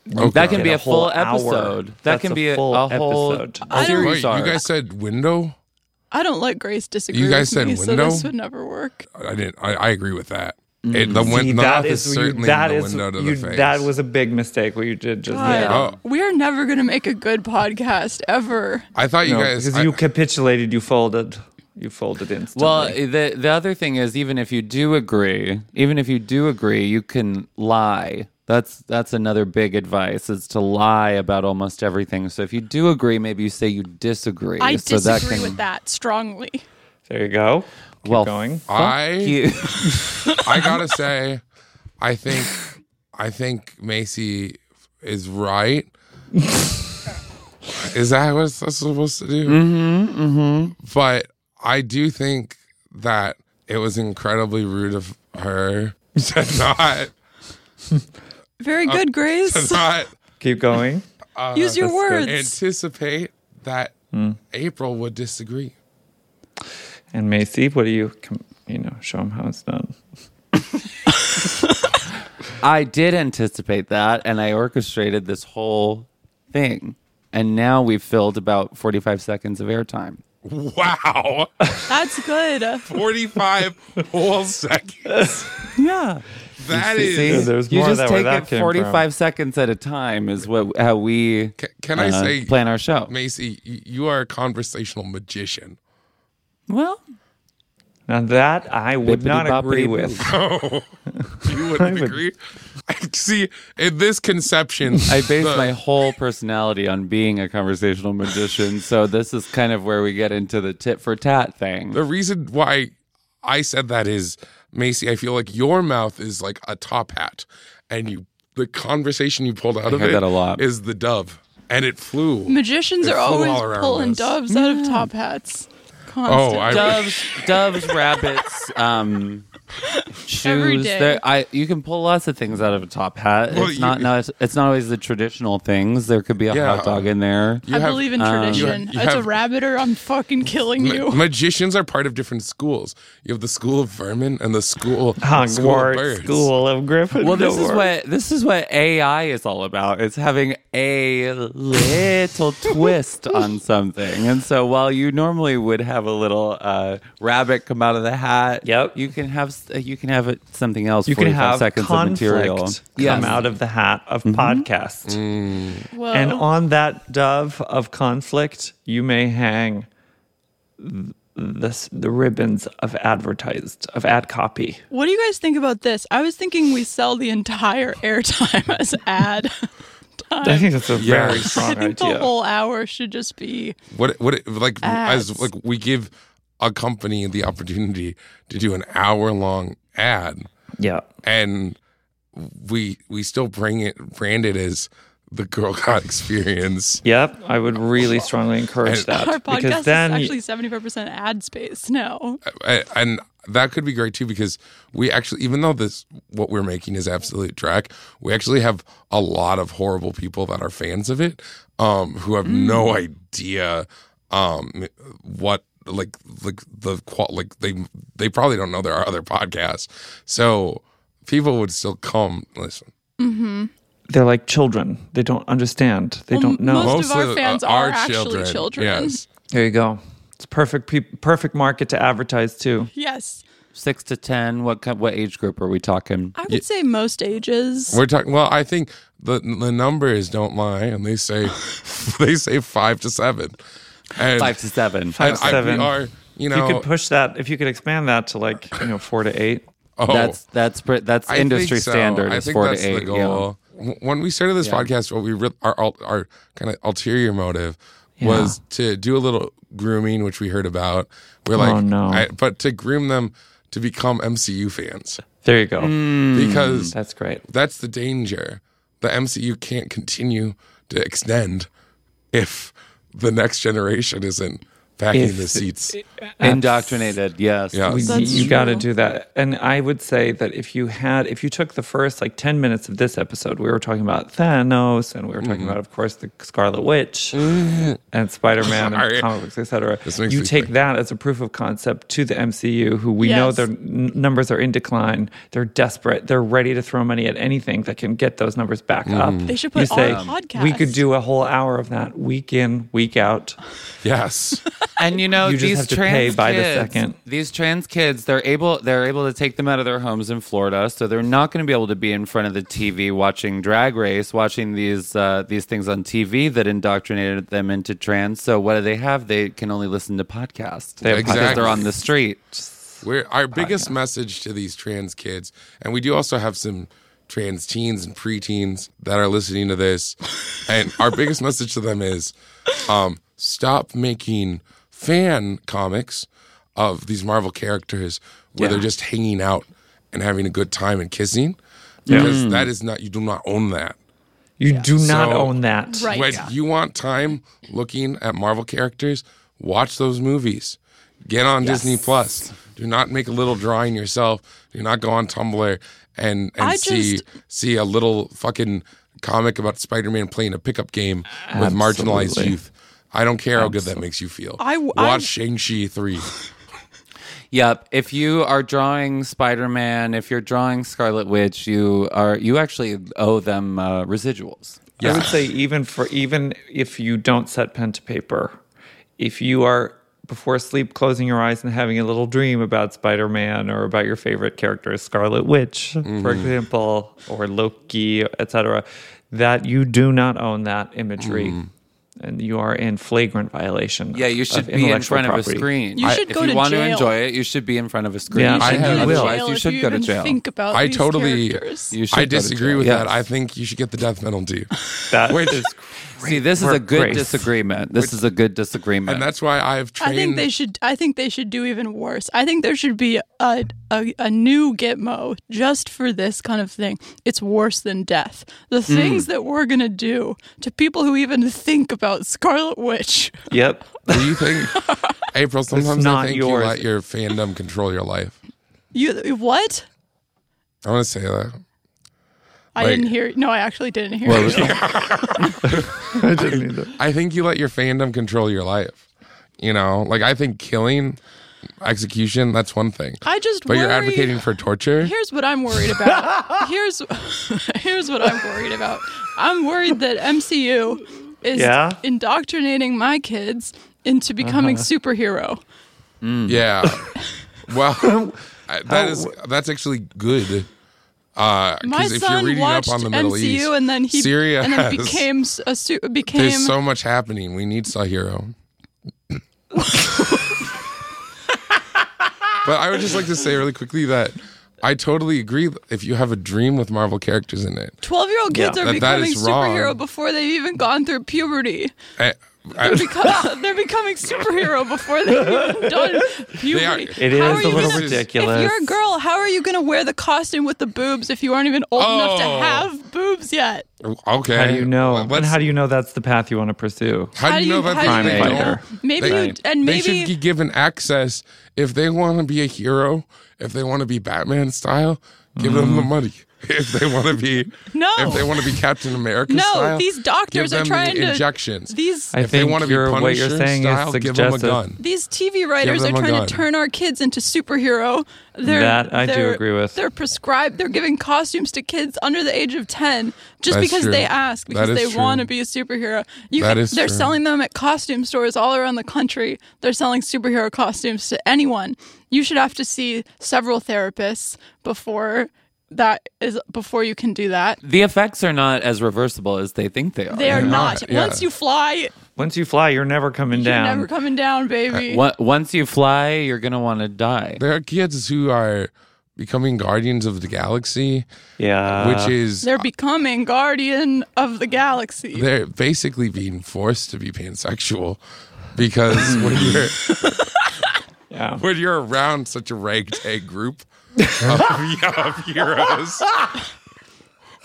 [SPEAKER 7] that can
[SPEAKER 6] Get
[SPEAKER 7] be
[SPEAKER 6] a
[SPEAKER 7] a,
[SPEAKER 6] whole
[SPEAKER 7] full
[SPEAKER 6] hour.
[SPEAKER 7] episode. That
[SPEAKER 6] That's
[SPEAKER 7] can
[SPEAKER 6] a
[SPEAKER 7] be a,
[SPEAKER 6] full
[SPEAKER 7] a whole
[SPEAKER 6] episode.
[SPEAKER 4] I don't-
[SPEAKER 7] series
[SPEAKER 5] Wait, you
[SPEAKER 7] arc.
[SPEAKER 5] guys said window.
[SPEAKER 4] I don't let Grace disagree.
[SPEAKER 5] You guys
[SPEAKER 4] with
[SPEAKER 5] said
[SPEAKER 4] me, so
[SPEAKER 5] window?
[SPEAKER 4] this would never work.
[SPEAKER 5] I didn't. I, I agree with that. It, the win-
[SPEAKER 6] Mm. See,
[SPEAKER 5] the
[SPEAKER 6] that
[SPEAKER 5] mouth is
[SPEAKER 6] you-
[SPEAKER 5] certainly
[SPEAKER 6] that
[SPEAKER 5] the
[SPEAKER 6] is-
[SPEAKER 5] window to
[SPEAKER 6] you-
[SPEAKER 5] the face.
[SPEAKER 6] That was a big mistake what you did just
[SPEAKER 4] God,
[SPEAKER 6] now.
[SPEAKER 5] Oh.
[SPEAKER 4] We are never gonna make a good podcast ever.
[SPEAKER 5] I thought you
[SPEAKER 6] No,
[SPEAKER 5] guys.
[SPEAKER 6] because
[SPEAKER 5] I-
[SPEAKER 6] you capitulated, you folded, you folded instantly.
[SPEAKER 7] Well, the the other thing is, even if you do agree, even if you do agree, you can lie. That's that's another big advice is to lie about almost everything. So if you do agree, maybe you say you disagree.
[SPEAKER 4] I
[SPEAKER 7] so
[SPEAKER 4] disagree with that strongly.
[SPEAKER 6] there you go. Keep
[SPEAKER 7] Well,
[SPEAKER 6] going.
[SPEAKER 5] I
[SPEAKER 7] You,
[SPEAKER 5] I gotta say, I think I think Macy is right. is that what that's supposed to do? Mm-hmm, mm-hmm. But I do think that it was incredibly rude of her to not
[SPEAKER 4] Very
[SPEAKER 5] Uh,
[SPEAKER 4] good,
[SPEAKER 5] to
[SPEAKER 4] Grace.
[SPEAKER 5] not
[SPEAKER 6] Keep going.
[SPEAKER 5] uh,
[SPEAKER 4] Use your
[SPEAKER 6] that's good.
[SPEAKER 4] words.
[SPEAKER 5] anticipate that
[SPEAKER 7] Hmm.
[SPEAKER 5] April would disagree.
[SPEAKER 6] And Macy, what do you, com- you know, show them how it's done.
[SPEAKER 7] I did anticipate that, and I orchestrated this whole thing. And now we've filled about 45 seconds of airtime.
[SPEAKER 5] Wow.
[SPEAKER 4] That's good.
[SPEAKER 5] 45 whole seconds.
[SPEAKER 6] Yeah.
[SPEAKER 5] That
[SPEAKER 7] You see?
[SPEAKER 5] is.
[SPEAKER 6] there's
[SPEAKER 7] you
[SPEAKER 6] more
[SPEAKER 7] just
[SPEAKER 6] that way
[SPEAKER 7] take
[SPEAKER 6] that
[SPEAKER 7] it
[SPEAKER 6] came
[SPEAKER 7] 45
[SPEAKER 6] from.
[SPEAKER 7] seconds at a time is what how we
[SPEAKER 5] Can, can I
[SPEAKER 7] uh,
[SPEAKER 5] say,
[SPEAKER 7] plan our show.
[SPEAKER 5] Macy, y- you are a conversational magician.
[SPEAKER 7] Well,
[SPEAKER 6] Now that I would not
[SPEAKER 7] Bippity
[SPEAKER 6] agree
[SPEAKER 7] boppity
[SPEAKER 5] Oh,
[SPEAKER 6] with.
[SPEAKER 5] You wouldn't agree. See, in this conception,
[SPEAKER 7] I base
[SPEAKER 5] the-
[SPEAKER 7] my whole personality on being a conversational magician, so this is kind of where we get into the tit for tat thing.
[SPEAKER 5] the reason why I said that is, Macy, I feel like your mouth is like a top hat, and you the conversation you pulled out of
[SPEAKER 7] heard
[SPEAKER 5] it
[SPEAKER 7] that a lot.
[SPEAKER 5] is the dove, and it flew.
[SPEAKER 4] Magicians
[SPEAKER 5] It
[SPEAKER 4] are
[SPEAKER 5] flew
[SPEAKER 4] always
[SPEAKER 5] all around
[SPEAKER 4] pulling
[SPEAKER 5] us.
[SPEAKER 4] doves out of top hats. Constant.
[SPEAKER 5] oh, I
[SPEAKER 7] Doves, doves, rabbits, um, shoes.
[SPEAKER 4] day.
[SPEAKER 7] There, I you can pull lots of things out of a top hat.
[SPEAKER 5] Well,
[SPEAKER 7] it's
[SPEAKER 5] you-
[SPEAKER 7] not, not it's not always the traditional things. There could be a
[SPEAKER 5] Yeah.
[SPEAKER 7] hot dog in there.
[SPEAKER 5] you
[SPEAKER 4] I
[SPEAKER 5] have-
[SPEAKER 4] believe in
[SPEAKER 5] um, you have-
[SPEAKER 4] tradition.
[SPEAKER 5] you
[SPEAKER 4] As a
[SPEAKER 5] have- Mm,
[SPEAKER 4] rabbit, or I'm fucking killing
[SPEAKER 5] Ma-
[SPEAKER 4] you.
[SPEAKER 5] magicians are part of different schools. You have the school of vermin and the school school of
[SPEAKER 6] Hogwarts
[SPEAKER 5] birds.
[SPEAKER 6] School of Griffin.
[SPEAKER 7] Well, this is what this is what AI is all about. It's having a little twist on something, and so while you normally would have a little uh, rabbit come out of the hat,
[SPEAKER 6] Yep.
[SPEAKER 7] you can have s- uh, you can have it- something else.
[SPEAKER 6] you can
[SPEAKER 7] 45
[SPEAKER 6] have
[SPEAKER 7] seconds of
[SPEAKER 6] conflict
[SPEAKER 7] material Mm-hmm.
[SPEAKER 6] come out of the hat of podcast.
[SPEAKER 5] mm.
[SPEAKER 4] Whoa.
[SPEAKER 6] And on that dove of conflict, you may hang the, s- the ribbons of advertised, of ad copy.
[SPEAKER 4] what do you guys think about this? I was thinking we sell the entire airtime as ad.
[SPEAKER 6] I think that's a
[SPEAKER 5] Yeah.
[SPEAKER 6] very
[SPEAKER 5] I
[SPEAKER 6] strong
[SPEAKER 4] I think the
[SPEAKER 6] idea.
[SPEAKER 4] whole hour should just be
[SPEAKER 5] What what it- like as
[SPEAKER 4] Ads.
[SPEAKER 5] like we give a company the opportunity to do an hour long ad
[SPEAKER 6] yeah.
[SPEAKER 5] and we we still bring it brand it as the girl got experience.
[SPEAKER 6] Yep. I would really strongly encourage that.
[SPEAKER 4] our podcast
[SPEAKER 6] because then
[SPEAKER 4] is actually 75% ad space now.
[SPEAKER 5] A- And that could be great too because we actually even though this what we're making is absolute track, we actually have a lot of horrible people that are fans of it um who have
[SPEAKER 4] Mm.
[SPEAKER 5] no idea um what like like the qual like they they probably don't know there are other podcasts. So people would still come listen.
[SPEAKER 6] they're like children. They don't understand. They
[SPEAKER 4] Well,
[SPEAKER 6] don't know.
[SPEAKER 4] most- of our
[SPEAKER 5] uh,
[SPEAKER 4] fans are actually children.
[SPEAKER 5] Yes.
[SPEAKER 6] there you go. It's perfect peop perfect market to advertise to.
[SPEAKER 4] Yes.
[SPEAKER 7] six to ten. What kind, what age group are we talking?
[SPEAKER 4] I would say most ages.
[SPEAKER 5] We're talking. Well, I think the the numbers don't lie, and they say they say five to seven, and,
[SPEAKER 7] Five to seven.
[SPEAKER 5] and I-
[SPEAKER 6] seven.
[SPEAKER 5] we are you
[SPEAKER 6] If
[SPEAKER 5] know
[SPEAKER 6] you could push that, if you could expand that to like, you know, four to eight.
[SPEAKER 5] oh,
[SPEAKER 7] That's that's pre- that's
[SPEAKER 5] I think
[SPEAKER 7] industry
[SPEAKER 5] so.
[SPEAKER 7] standard.
[SPEAKER 5] I
[SPEAKER 7] is
[SPEAKER 5] think
[SPEAKER 7] four
[SPEAKER 5] that's
[SPEAKER 7] to eight.
[SPEAKER 5] the
[SPEAKER 7] yeah.
[SPEAKER 5] goal. W- When we started this podcast, what we re- our our, our kind of ulterior motive was to do a little grooming, which we heard about.
[SPEAKER 7] Oh,
[SPEAKER 5] We're like,
[SPEAKER 6] no.
[SPEAKER 5] I, but to groom them to become MCU fans
[SPEAKER 6] There you go.
[SPEAKER 7] Mm.
[SPEAKER 5] because
[SPEAKER 6] That's great.
[SPEAKER 5] That's the danger. The MCU can't continue to extend if the next generation isn't backing
[SPEAKER 6] If
[SPEAKER 5] the seats.
[SPEAKER 7] Indoctrinated. Yes.
[SPEAKER 5] yeah.
[SPEAKER 6] We-
[SPEAKER 4] That's
[SPEAKER 6] you got to
[SPEAKER 4] true.
[SPEAKER 6] do that. And I would say that if you had, if you took the first like 10 minutes of this episode, we were talking about Thanos and we were
[SPEAKER 5] Mm-hmm.
[SPEAKER 6] talking about, of course, the Scarlet Witch and Spider Man and
[SPEAKER 5] Sorry.
[SPEAKER 6] comic books, etc.
[SPEAKER 5] This makes
[SPEAKER 6] You
[SPEAKER 5] me
[SPEAKER 6] take
[SPEAKER 5] think.
[SPEAKER 6] that as a proof of concept to the MCU, who we know
[SPEAKER 4] Yes.
[SPEAKER 6] their n- numbers are in decline. They're desperate. They're ready to throw money at anything that can get those numbers back
[SPEAKER 5] Mm-hmm.
[SPEAKER 6] up.
[SPEAKER 4] They should
[SPEAKER 6] You
[SPEAKER 4] put on
[SPEAKER 6] say,
[SPEAKER 4] a podcast.
[SPEAKER 6] we could do a whole hour of that week in, week out.
[SPEAKER 5] Yes.
[SPEAKER 7] And you know
[SPEAKER 6] You just
[SPEAKER 7] these
[SPEAKER 6] have to
[SPEAKER 7] trans
[SPEAKER 6] pay by the
[SPEAKER 7] kids,
[SPEAKER 6] second.
[SPEAKER 7] These trans kids, they're able they're able to take them out of their homes in Florida, so they're not going to be able to be in front of the TV watching Drag Race, watching these uh, these things on TV that indoctrinated them into trans. So what do they have? They can only listen to podcasts
[SPEAKER 6] They have
[SPEAKER 7] because
[SPEAKER 5] Exactly.
[SPEAKER 7] they're on the street.
[SPEAKER 5] We're, our biggest message to these trans kids, and we do also have some trans teens and preteens that are listening to this, and our biggest message to them is um, stop making fan comics of these Marvel characters where they're just hanging out and having a good time and kissing, because that is not, you do not own that.
[SPEAKER 6] You do not
[SPEAKER 5] So-
[SPEAKER 6] own that.
[SPEAKER 4] Right.
[SPEAKER 5] When you want time looking at Marvel characters, watch those movies. Get on Disney Plus. Do not make a little drawing yourself. Do not go on Tumblr and and
[SPEAKER 4] I
[SPEAKER 5] see
[SPEAKER 4] just-
[SPEAKER 5] see a little fucking comic about Spider-Man playing a pickup game with marginalized
[SPEAKER 6] Absolutely.
[SPEAKER 5] youth. I don't care how good that makes you feel.
[SPEAKER 4] I- I-
[SPEAKER 5] watch Shang-Chi 3.
[SPEAKER 7] Yep. If you are drawing Spider Man, if you're drawing Scarlet Witch, you are you actually owe them uh, residuals.
[SPEAKER 6] I would say even for even if you don't set pen to paper, if you are before sleep closing your eyes and having a little dream about Spider-Man or about your favorite character Scarlet Witch, for example, or Loki, etc., that you do not own that imagery. And you are in flagrant violation.
[SPEAKER 7] Yeah, you
[SPEAKER 6] of
[SPEAKER 7] should be in
[SPEAKER 6] intellectual
[SPEAKER 7] front of a
[SPEAKER 6] property.
[SPEAKER 7] screen.
[SPEAKER 4] You should
[SPEAKER 7] if
[SPEAKER 4] go
[SPEAKER 7] you
[SPEAKER 4] to
[SPEAKER 7] want to
[SPEAKER 4] jail.
[SPEAKER 7] enjoy it, you should be in front of a screen.
[SPEAKER 6] Yeah, you
[SPEAKER 5] I should have- go to
[SPEAKER 7] Otherwise,
[SPEAKER 4] jail
[SPEAKER 7] you
[SPEAKER 4] if
[SPEAKER 7] should go to
[SPEAKER 4] even
[SPEAKER 7] jail.
[SPEAKER 4] Think about
[SPEAKER 5] I
[SPEAKER 4] these
[SPEAKER 5] totally
[SPEAKER 4] characters.
[SPEAKER 7] You should
[SPEAKER 5] I
[SPEAKER 7] go to
[SPEAKER 5] disagree
[SPEAKER 7] jail,
[SPEAKER 5] with that.
[SPEAKER 7] yes.
[SPEAKER 5] I think you should get the death penalty.
[SPEAKER 6] That
[SPEAKER 5] Which-
[SPEAKER 6] is
[SPEAKER 7] See, this is a
[SPEAKER 6] Work
[SPEAKER 7] good
[SPEAKER 6] grace.
[SPEAKER 7] disagreement. This is a good disagreement.
[SPEAKER 5] And that's why I've trained
[SPEAKER 4] I think they should. I think they should do even worse. I think there should be a, a a new Gitmo just for this kind of thing. It's worse than death. The things that we're gonna do to people who even think about Scarlet Witch.
[SPEAKER 6] Yep.
[SPEAKER 5] Do you think April? Sometimes I
[SPEAKER 6] not
[SPEAKER 5] think
[SPEAKER 6] yours.
[SPEAKER 5] you let your fandom control your life.
[SPEAKER 4] You what?
[SPEAKER 5] I want to say that.
[SPEAKER 4] I
[SPEAKER 5] Like-
[SPEAKER 4] didn't hear. No, I actually didn't hear.
[SPEAKER 7] What
[SPEAKER 4] you.
[SPEAKER 7] was that?
[SPEAKER 6] I didn't either.
[SPEAKER 5] I think you let your fandom control your life. You know, like I think killing, execution, that's one thing.
[SPEAKER 4] I just.
[SPEAKER 5] But
[SPEAKER 4] worry.
[SPEAKER 5] you're advocating for torture.
[SPEAKER 4] Here's what I'm worried about. here's here's what I'm worried about. I'm worried that MCU is
[SPEAKER 6] Yeah? Uh-huh.
[SPEAKER 4] indoctrinating my kids into becoming superhero.
[SPEAKER 5] Yeah. well, I- that is that's actually good. Uh,
[SPEAKER 4] My
[SPEAKER 5] 'cause if you're
[SPEAKER 4] son
[SPEAKER 5] reading up
[SPEAKER 4] watched
[SPEAKER 5] on the Middle
[SPEAKER 4] MCU
[SPEAKER 5] East,
[SPEAKER 4] and then he
[SPEAKER 5] Syria
[SPEAKER 4] and then
[SPEAKER 5] has-
[SPEAKER 4] became s- a su- became.
[SPEAKER 5] there's so much happening. We need a hero. but I would just like to say really quickly that I totally agree. If you have a dream with Marvel characters in it,
[SPEAKER 4] Twelve-year-old kids
[SPEAKER 6] Yeah.
[SPEAKER 4] are
[SPEAKER 5] That- that
[SPEAKER 4] becoming
[SPEAKER 5] is wrong.
[SPEAKER 4] superhero before they've even gone through puberty.
[SPEAKER 5] I, I-
[SPEAKER 4] They're, become, they're becoming superhero before they've even done puberty.
[SPEAKER 6] It
[SPEAKER 4] How
[SPEAKER 6] is
[SPEAKER 4] are
[SPEAKER 6] a
[SPEAKER 4] you
[SPEAKER 6] little
[SPEAKER 4] gonna-
[SPEAKER 6] ridiculous.
[SPEAKER 4] If you're a girl, how are you going to wear the costume with the boobs if you aren't even old enough to
[SPEAKER 5] Oh.
[SPEAKER 4] have boobs yet?
[SPEAKER 5] okay.
[SPEAKER 6] How do you know?
[SPEAKER 5] Let's-
[SPEAKER 6] and how do you know that's the path you want to pursue?
[SPEAKER 5] How do you know that
[SPEAKER 4] how
[SPEAKER 6] Crime
[SPEAKER 5] they
[SPEAKER 4] do you-
[SPEAKER 5] don't?
[SPEAKER 6] fighter.
[SPEAKER 4] Maybe
[SPEAKER 5] They-
[SPEAKER 4] you and
[SPEAKER 5] they
[SPEAKER 4] maybe
[SPEAKER 5] should be given access if they want to be a hero. If they want to be Batman style, give them
[SPEAKER 6] Mm.
[SPEAKER 5] the money. If they want to be
[SPEAKER 4] No.
[SPEAKER 5] if they want to be Captain America
[SPEAKER 4] No,
[SPEAKER 5] style,
[SPEAKER 4] these doctors
[SPEAKER 5] give them
[SPEAKER 4] are trying
[SPEAKER 5] the
[SPEAKER 4] to-
[SPEAKER 5] injections.
[SPEAKER 4] these
[SPEAKER 6] I
[SPEAKER 5] if they
[SPEAKER 6] think
[SPEAKER 5] want to be
[SPEAKER 6] you're-
[SPEAKER 5] Punisher
[SPEAKER 6] what you're saying is
[SPEAKER 5] style, give them a
[SPEAKER 6] suggestive.
[SPEAKER 5] gun.
[SPEAKER 4] these TV writers are
[SPEAKER 5] them a
[SPEAKER 4] trying
[SPEAKER 5] gun.
[SPEAKER 4] to turn our kids into superhero. They're,
[SPEAKER 6] That I do
[SPEAKER 4] they're-
[SPEAKER 6] agree with.
[SPEAKER 4] They're prescribed. They're giving costumes to kids under the age of ten just
[SPEAKER 5] That's
[SPEAKER 4] because
[SPEAKER 5] true.
[SPEAKER 4] they ask because
[SPEAKER 5] That
[SPEAKER 4] they
[SPEAKER 5] is true.
[SPEAKER 4] want to be a superhero. You,
[SPEAKER 5] That is
[SPEAKER 4] they're
[SPEAKER 5] true.
[SPEAKER 4] selling them at costume stores all around the country. They're selling superhero costumes to anyone. You should have to see several therapists before that is before you can do that.
[SPEAKER 7] the effects are not as reversible as they think they are.
[SPEAKER 4] They are not.
[SPEAKER 5] yeah.
[SPEAKER 4] Once you fly,
[SPEAKER 6] Once you fly, you're never coming down.
[SPEAKER 4] you're never coming down,
[SPEAKER 5] Uh,
[SPEAKER 4] baby.
[SPEAKER 7] Wa- Once you fly, you're gonna want to die.
[SPEAKER 5] There are kids who are becoming guardians of the galaxy,
[SPEAKER 6] yeah.
[SPEAKER 5] which is
[SPEAKER 4] They're becoming guardian of the galaxy.
[SPEAKER 5] they're basically being forced to be pansexual because when you're
[SPEAKER 6] Yeah.
[SPEAKER 5] when you're around such a ragtag group of, of heroes,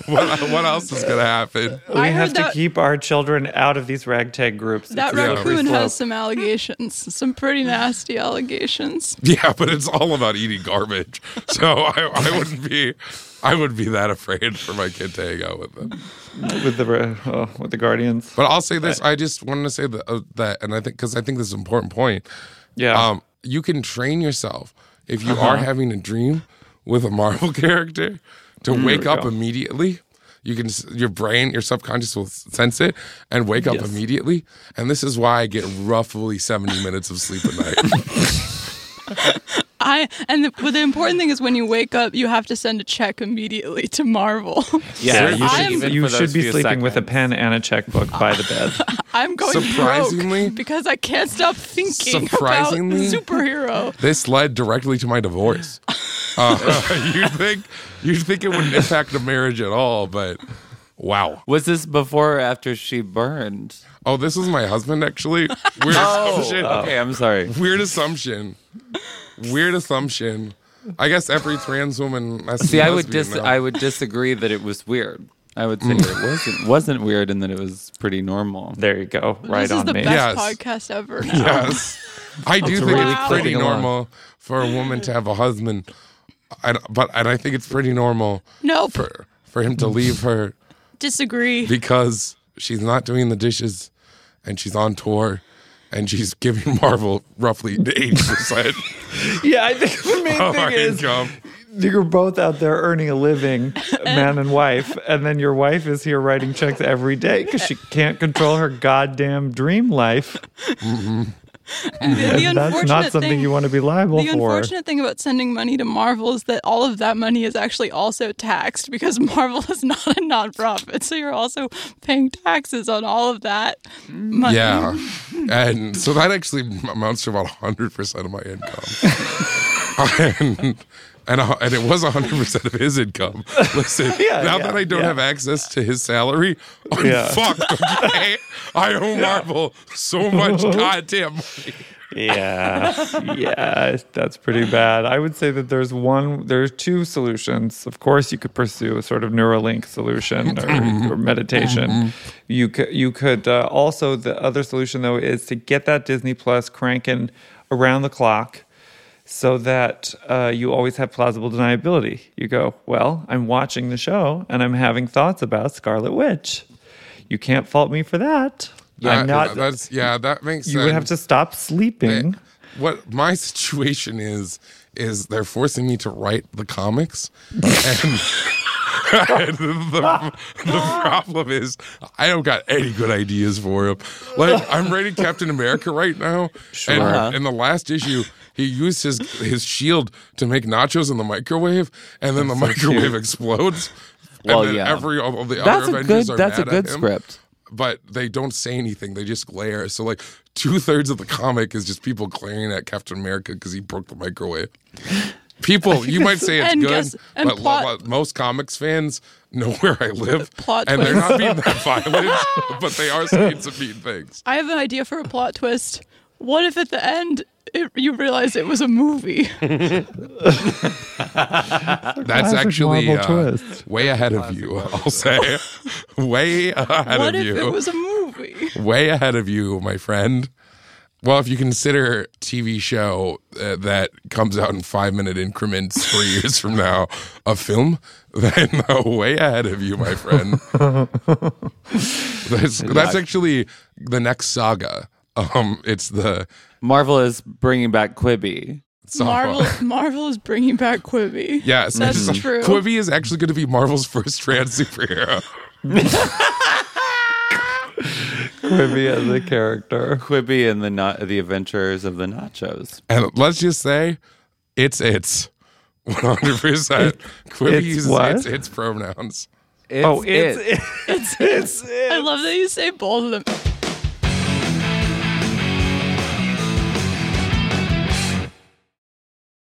[SPEAKER 5] what, what else is gonna happen?
[SPEAKER 6] we
[SPEAKER 4] I
[SPEAKER 6] have
[SPEAKER 4] heard
[SPEAKER 6] to
[SPEAKER 4] that-
[SPEAKER 6] keep our children out of these ragtag groups.
[SPEAKER 4] That
[SPEAKER 6] It's a slippery
[SPEAKER 4] raccoon has
[SPEAKER 6] slope.
[SPEAKER 4] some allegations, some pretty nasty allegations.
[SPEAKER 5] Yeah, but it's all about eating garbage. So I, I wouldn't be I would be that afraid for my kid to hang out with them.
[SPEAKER 6] with the ra- oh, with the guardians.
[SPEAKER 5] But I'll say this: I just wanted to say that, uh, that and I think because I think this is an important point.
[SPEAKER 6] Yeah. Uh-huh.
[SPEAKER 5] um, you can train yourself if you are having a dream with a Marvel character to wake up
[SPEAKER 6] Mm, go.
[SPEAKER 5] immediately. You can s- your brain, your subconscious will s- sense it and wake up immediately. And this is why I get roughly seventy minutes of sleep a night.
[SPEAKER 4] I and the, but the important thing is when you wake up, you have to send a check immediately to Marvel.
[SPEAKER 7] Yeah,
[SPEAKER 6] you
[SPEAKER 4] I'm-
[SPEAKER 6] should, you should be sleeping with a
[SPEAKER 7] pen.
[SPEAKER 6] pen and a checkbook by the bed.
[SPEAKER 4] I'm going
[SPEAKER 5] Surprisingly-
[SPEAKER 4] broke because I can't stop thinking about
[SPEAKER 5] Surprisingly-
[SPEAKER 4] superhero.
[SPEAKER 5] this led directly to my divorce. Uh, you'd think you'd think it wouldn't impact a marriage at all, but wow.
[SPEAKER 7] Was this before or after she burned?
[SPEAKER 5] Oh, this was my husband actually. Weird assumption.
[SPEAKER 7] okay, I'm sorry.
[SPEAKER 5] Weird assumption. Weird assumption. I guess every trans woman. Has to
[SPEAKER 7] See,
[SPEAKER 5] be
[SPEAKER 7] I would
[SPEAKER 5] lesbian
[SPEAKER 7] dis-
[SPEAKER 5] now.
[SPEAKER 7] I would disagree that it was weird. I would say it wasn't wasn't weird and that it was pretty normal.
[SPEAKER 6] There you go. Right
[SPEAKER 4] this is
[SPEAKER 6] on
[SPEAKER 4] the
[SPEAKER 6] me.
[SPEAKER 4] best
[SPEAKER 5] Yes.
[SPEAKER 4] podcast ever. Now.
[SPEAKER 5] Yes. I do
[SPEAKER 6] It's
[SPEAKER 5] think
[SPEAKER 6] really
[SPEAKER 5] it's pretty
[SPEAKER 6] clicking along.
[SPEAKER 5] normal for a woman to have a husband, I, don't- but and I think it's pretty normal
[SPEAKER 4] Nope.
[SPEAKER 5] for for him to leave her
[SPEAKER 4] Disagree.
[SPEAKER 5] because she's not doing the dishes, and she's on tour, and she's giving Marvel roughly eighty percent
[SPEAKER 6] Yeah, I think the main
[SPEAKER 5] of
[SPEAKER 6] thing
[SPEAKER 5] our
[SPEAKER 6] is
[SPEAKER 5] income.
[SPEAKER 6] you're both out there earning a living, man and wife, and then your wife is here writing checks every day because she can't control her goddamn dream life.
[SPEAKER 4] the
[SPEAKER 6] That's
[SPEAKER 4] unfortunate
[SPEAKER 6] not something
[SPEAKER 4] thing,
[SPEAKER 6] you want to be liable
[SPEAKER 4] The
[SPEAKER 6] for.
[SPEAKER 4] unfortunate thing about sending money to Marvel is that all of that money is actually also taxed because Marvel is not a nonprofit. So you're also paying taxes on all of that money.
[SPEAKER 5] Yeah, and so that actually amounts to about hundred percent of my income, and and, a- and it was hundred percent of his income. Listen,
[SPEAKER 6] Yeah,
[SPEAKER 5] now
[SPEAKER 6] yeah,
[SPEAKER 5] that I don't
[SPEAKER 6] yeah.
[SPEAKER 5] have access to his salary, I'm
[SPEAKER 6] Yeah.
[SPEAKER 5] fucked. Okay, I owe Marvel so much goddamn. money.
[SPEAKER 6] yeah yeah that's pretty bad i would say that there's one there's two solutions of course you could pursue a sort of neuralink solution
[SPEAKER 5] Mm-hmm.
[SPEAKER 6] or, or meditation you could you could uh, also the other solution though is to get that disney plus cranking around the clock so that uh, you always have plausible deniability you go well i'm watching the show and i'm having thoughts about scarlet witch you can't fault me for that
[SPEAKER 5] That-
[SPEAKER 6] i'm not
[SPEAKER 5] That's yeah. That makes
[SPEAKER 6] you would have
[SPEAKER 5] sense.
[SPEAKER 6] to stop sleeping
[SPEAKER 5] what my situation is is they're forcing me to write the comics and and the, the problem is I don't got any good ideas for him. Like I'm writing Captain America right now,
[SPEAKER 7] Uh-huh.
[SPEAKER 5] and in the last issue, he used his his shield to make nachos in the microwave, and then the microwave explodes.
[SPEAKER 7] Well,
[SPEAKER 5] and then
[SPEAKER 7] yeah.
[SPEAKER 5] every all the
[SPEAKER 7] That's
[SPEAKER 5] other
[SPEAKER 7] a
[SPEAKER 5] Avengers
[SPEAKER 7] good.
[SPEAKER 5] are
[SPEAKER 7] That's a
[SPEAKER 5] mad at
[SPEAKER 7] good
[SPEAKER 5] him
[SPEAKER 7] script.
[SPEAKER 5] but they don't say anything. They just glare. So like two thirds of the comic is just people glaring at Captain America because he broke the microwave. People, you might say it's
[SPEAKER 4] And
[SPEAKER 5] good,
[SPEAKER 4] guess- and
[SPEAKER 5] but lo-
[SPEAKER 4] plot-
[SPEAKER 5] lo- most comics fans know where I live,
[SPEAKER 4] Plot
[SPEAKER 5] and they're
[SPEAKER 4] twist.
[SPEAKER 5] not being that violent, but they are saying some mean things.
[SPEAKER 4] I have an idea for a plot twist. What if at the end it, you realize it was a movie?
[SPEAKER 5] That's
[SPEAKER 6] Classic
[SPEAKER 5] actually
[SPEAKER 6] Marvel
[SPEAKER 5] uh,
[SPEAKER 6] twist.
[SPEAKER 5] way ahead of you. I'll say, way ahead
[SPEAKER 4] what
[SPEAKER 5] of
[SPEAKER 4] if
[SPEAKER 5] you.
[SPEAKER 4] it was a movie?
[SPEAKER 5] way ahead of you, my friend. Well, if you consider a TV show uh, that comes out in five minute increments three years from now a film, then uh, way ahead of you, my friend. that's, that's actually the next saga. Um, it's the
[SPEAKER 7] Marvel is bringing back Quibi.
[SPEAKER 5] it's
[SPEAKER 4] Marvel Marvel is bringing back Quibi.
[SPEAKER 5] Yes,
[SPEAKER 4] That's
[SPEAKER 5] it's-
[SPEAKER 4] true.
[SPEAKER 5] Quibi is actually going to be Marvel's first trans superhero.
[SPEAKER 6] Quibi as a character.
[SPEAKER 7] Quibi and the na- the Adventures of the Nachos.
[SPEAKER 5] And let's just say it's it's 100%. Quibi
[SPEAKER 6] it's
[SPEAKER 5] uses
[SPEAKER 6] what?
[SPEAKER 5] its, its pronouns.
[SPEAKER 7] It's
[SPEAKER 6] oh, it's,
[SPEAKER 7] it.
[SPEAKER 6] it's, it's, it's,
[SPEAKER 4] I love that you say both of them.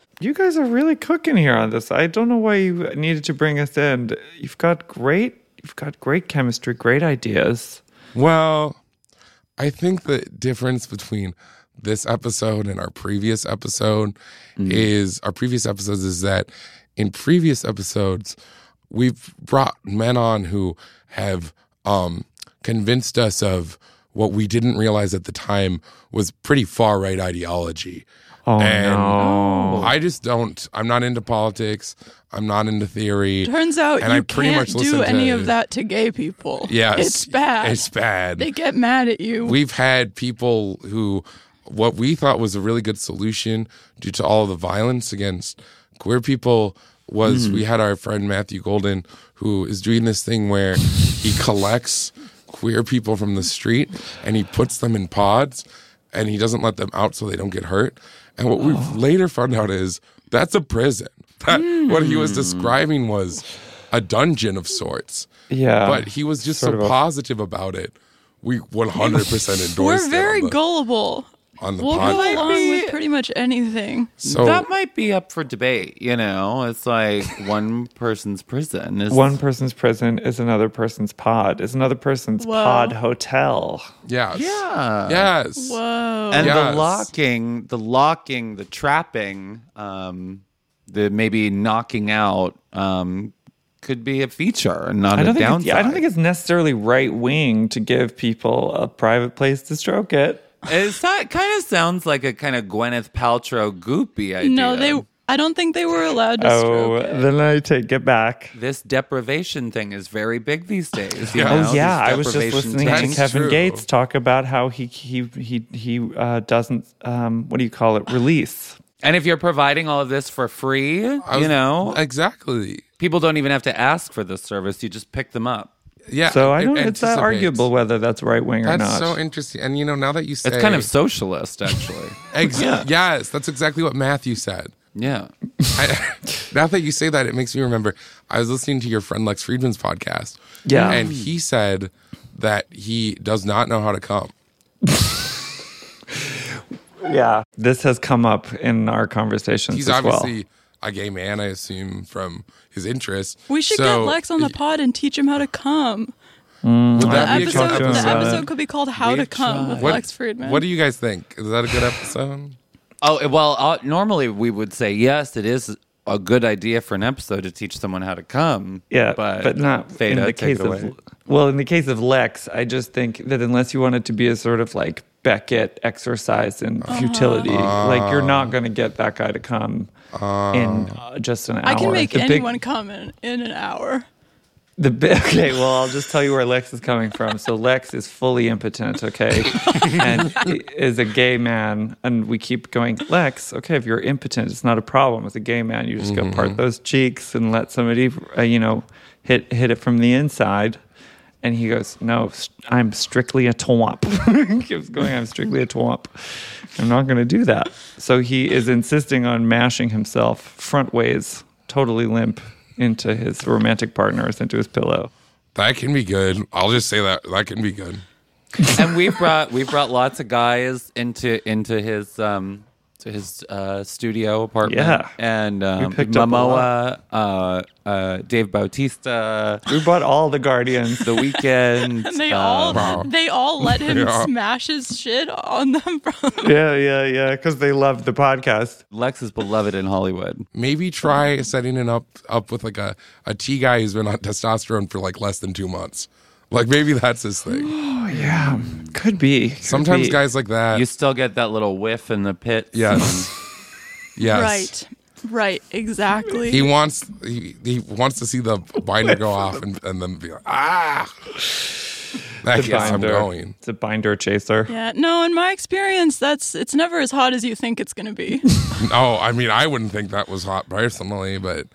[SPEAKER 6] You guys are really cooking here on this. I don't know why you needed to bring us in. You've got great, you've got great chemistry, great ideas.
[SPEAKER 5] Well, I think the difference between this episode and our previous episode
[SPEAKER 6] Mm.
[SPEAKER 5] is our previous episodes is that in previous episodes we've brought men on who have um convinced us of what we didn't realize at the time was pretty far right ideology.
[SPEAKER 6] Oh
[SPEAKER 5] And
[SPEAKER 6] no!
[SPEAKER 4] Oh.
[SPEAKER 5] I just don't I'm not into politics. I'm not into theory.
[SPEAKER 4] turns out
[SPEAKER 5] And
[SPEAKER 4] you
[SPEAKER 5] I pretty
[SPEAKER 4] can't
[SPEAKER 5] much listen
[SPEAKER 4] do any
[SPEAKER 5] to-
[SPEAKER 4] of that to gay people
[SPEAKER 5] Yes.
[SPEAKER 4] it's bad
[SPEAKER 5] It's bad.
[SPEAKER 4] they get mad at you
[SPEAKER 5] We've had people who, what we thought was a really good solution due to all the violence against queer people was we had our friend Matthew Golden who is doing this thing where he collects queer people from the street and he puts them in pods and he doesn't let them out so they don't get hurt. And what we've later found out is that's a prison. That, What he was describing was a dungeon of sorts.
[SPEAKER 6] Yeah,
[SPEAKER 5] But he was just
[SPEAKER 6] Um,
[SPEAKER 5] so
[SPEAKER 6] sort of a-
[SPEAKER 5] positive about it. We 100% endorsed
[SPEAKER 4] we're very
[SPEAKER 5] it on the-
[SPEAKER 4] gullible
[SPEAKER 5] on the
[SPEAKER 4] We'll
[SPEAKER 5] pod.
[SPEAKER 4] go along with pretty much anything.
[SPEAKER 5] So-
[SPEAKER 7] that might be up for debate. You know, it's like one person's prison is
[SPEAKER 6] One person's prison is another person's pod, is another person's
[SPEAKER 4] Well.
[SPEAKER 6] pod hotel.
[SPEAKER 5] Yes.
[SPEAKER 7] Yeah.
[SPEAKER 5] Yes.
[SPEAKER 4] Whoa.
[SPEAKER 7] and
[SPEAKER 5] Yes.
[SPEAKER 7] the locking, the locking, the trapping, um, the maybe knocking out um, could be a feature and not
[SPEAKER 6] I don't,
[SPEAKER 7] a
[SPEAKER 6] think it's,
[SPEAKER 7] downside.
[SPEAKER 6] yeah, I don't think it's necessarily right wing to give people a private place to stroke it.
[SPEAKER 7] It's not, kind of sounds like a kind of Gwyneth Paltrow goopy idea.
[SPEAKER 4] no, they. I don't think they were allowed to
[SPEAKER 6] Oh,
[SPEAKER 4] stroke it.
[SPEAKER 6] then I take it back.
[SPEAKER 7] This deprivation thing is very big these days. you
[SPEAKER 5] Yeah.
[SPEAKER 7] know,
[SPEAKER 6] Oh yeah,
[SPEAKER 7] these
[SPEAKER 6] I was just
[SPEAKER 7] deprivation
[SPEAKER 6] listening to
[SPEAKER 7] things.
[SPEAKER 5] tax. That's
[SPEAKER 6] Kevin
[SPEAKER 5] true.
[SPEAKER 6] Gates talk about how he he he he uh, doesn't um, what do you call it release.
[SPEAKER 7] And if you're providing all of this for free,
[SPEAKER 5] I was-
[SPEAKER 7] you know,
[SPEAKER 5] Exactly.
[SPEAKER 7] people don't even have to ask for this service. You just pick them up.
[SPEAKER 5] Yeah.
[SPEAKER 6] So I
[SPEAKER 5] it
[SPEAKER 6] don't. It's that
[SPEAKER 5] anticipates.
[SPEAKER 6] arguable whether that's right wing or
[SPEAKER 5] That's
[SPEAKER 6] not.
[SPEAKER 5] so interesting. And you know, now that you say
[SPEAKER 7] It's kind of socialist, actually.
[SPEAKER 5] Ex- Yes, that's exactly what Matthew said.
[SPEAKER 7] yeah.
[SPEAKER 5] I, now that you say that, it makes me remember. I was listening to your friend Lex Friedman's podcast.
[SPEAKER 6] Yeah.
[SPEAKER 5] And he said that he does not know how to come.
[SPEAKER 6] yeah, this has come up in our conversations.
[SPEAKER 5] He's
[SPEAKER 6] as
[SPEAKER 5] obviously a gay man, I assume, from his interests.
[SPEAKER 4] We should
[SPEAKER 5] So-
[SPEAKER 4] get Lex on the pod and teach him how to come.
[SPEAKER 5] Would
[SPEAKER 4] The
[SPEAKER 5] that be a
[SPEAKER 4] episode,
[SPEAKER 5] good
[SPEAKER 6] couple
[SPEAKER 4] the
[SPEAKER 6] episodes.
[SPEAKER 4] episode could be called "How to
[SPEAKER 7] We've
[SPEAKER 4] Come" with
[SPEAKER 7] tried.
[SPEAKER 5] What-
[SPEAKER 4] Lex Friedman.
[SPEAKER 5] What do you guys think? Is that a good episode?
[SPEAKER 7] Oh, well, uh, normally we would say, yes, it is a good idea for an episode to teach someone how to come.
[SPEAKER 6] well. yeah, but, not
[SPEAKER 7] Theta,
[SPEAKER 6] in the
[SPEAKER 7] take
[SPEAKER 6] case
[SPEAKER 7] it away.
[SPEAKER 6] of well, in the case of Lex, I just think that unless you want it to be a sort of like Beckett exercise in
[SPEAKER 5] Uh-huh.
[SPEAKER 6] futility, like you're
[SPEAKER 5] Uh.
[SPEAKER 6] not going to get that guy to come in uh, just an hour.
[SPEAKER 4] I can make
[SPEAKER 6] The big-
[SPEAKER 4] anyone come in, in an hour.
[SPEAKER 6] The bi- okay, well, I'll just tell you where Lex is coming from. So Lex is fully impotent, okay, and is a gay man, and we keep going, Lex. Okay, if you're impotent, it's not a problem. As a gay man, you just go part those cheeks and let somebody, uh, you know, hit hit it from the inside. And he goes, No, st- I'm strictly a twomp. He keeps going, I'm strictly a twomp. I'm not going to do that. So he is insisting on mashing himself front ways, totally limp, into his romantic partners, into his pillow.
[SPEAKER 5] That can be good. I'll just say that. That can be good.
[SPEAKER 7] and we brought we brought lots of guys into into his um to his uh, studio apartment.
[SPEAKER 6] Yeah.
[SPEAKER 7] and um,
[SPEAKER 6] picked up a
[SPEAKER 7] Momoa, uh, uh, Dave Bautista,
[SPEAKER 6] We brought all the guardians.
[SPEAKER 7] The uh, Weekend.
[SPEAKER 4] And they all
[SPEAKER 5] wow.
[SPEAKER 4] they all let him
[SPEAKER 5] Yeah.
[SPEAKER 4] smash his shit on them from
[SPEAKER 6] yeah, yeah, yeah, because they loved the podcast.
[SPEAKER 7] Lex is beloved in Hollywood.
[SPEAKER 5] Maybe try setting it up up with like a, a T guy who's been on testosterone for like less than two months. Like maybe that's his thing.
[SPEAKER 6] Oh, Yeah, could be. could
[SPEAKER 5] Sometimes
[SPEAKER 6] be.
[SPEAKER 5] guys like that.
[SPEAKER 7] You still get that little whiff in the pit.
[SPEAKER 5] yes. yes.
[SPEAKER 4] right, right, exactly.
[SPEAKER 5] He wants he, he wants to see the binder go off and, and then be like, ah. I
[SPEAKER 6] It's a
[SPEAKER 5] guess I'm
[SPEAKER 6] binder.
[SPEAKER 5] going.
[SPEAKER 6] It's a binder chaser.
[SPEAKER 4] yeah, no. In my experience, that's it's never as hot as you think it's gonna be.
[SPEAKER 5] No, I mean I wouldn't think that was hot personally, but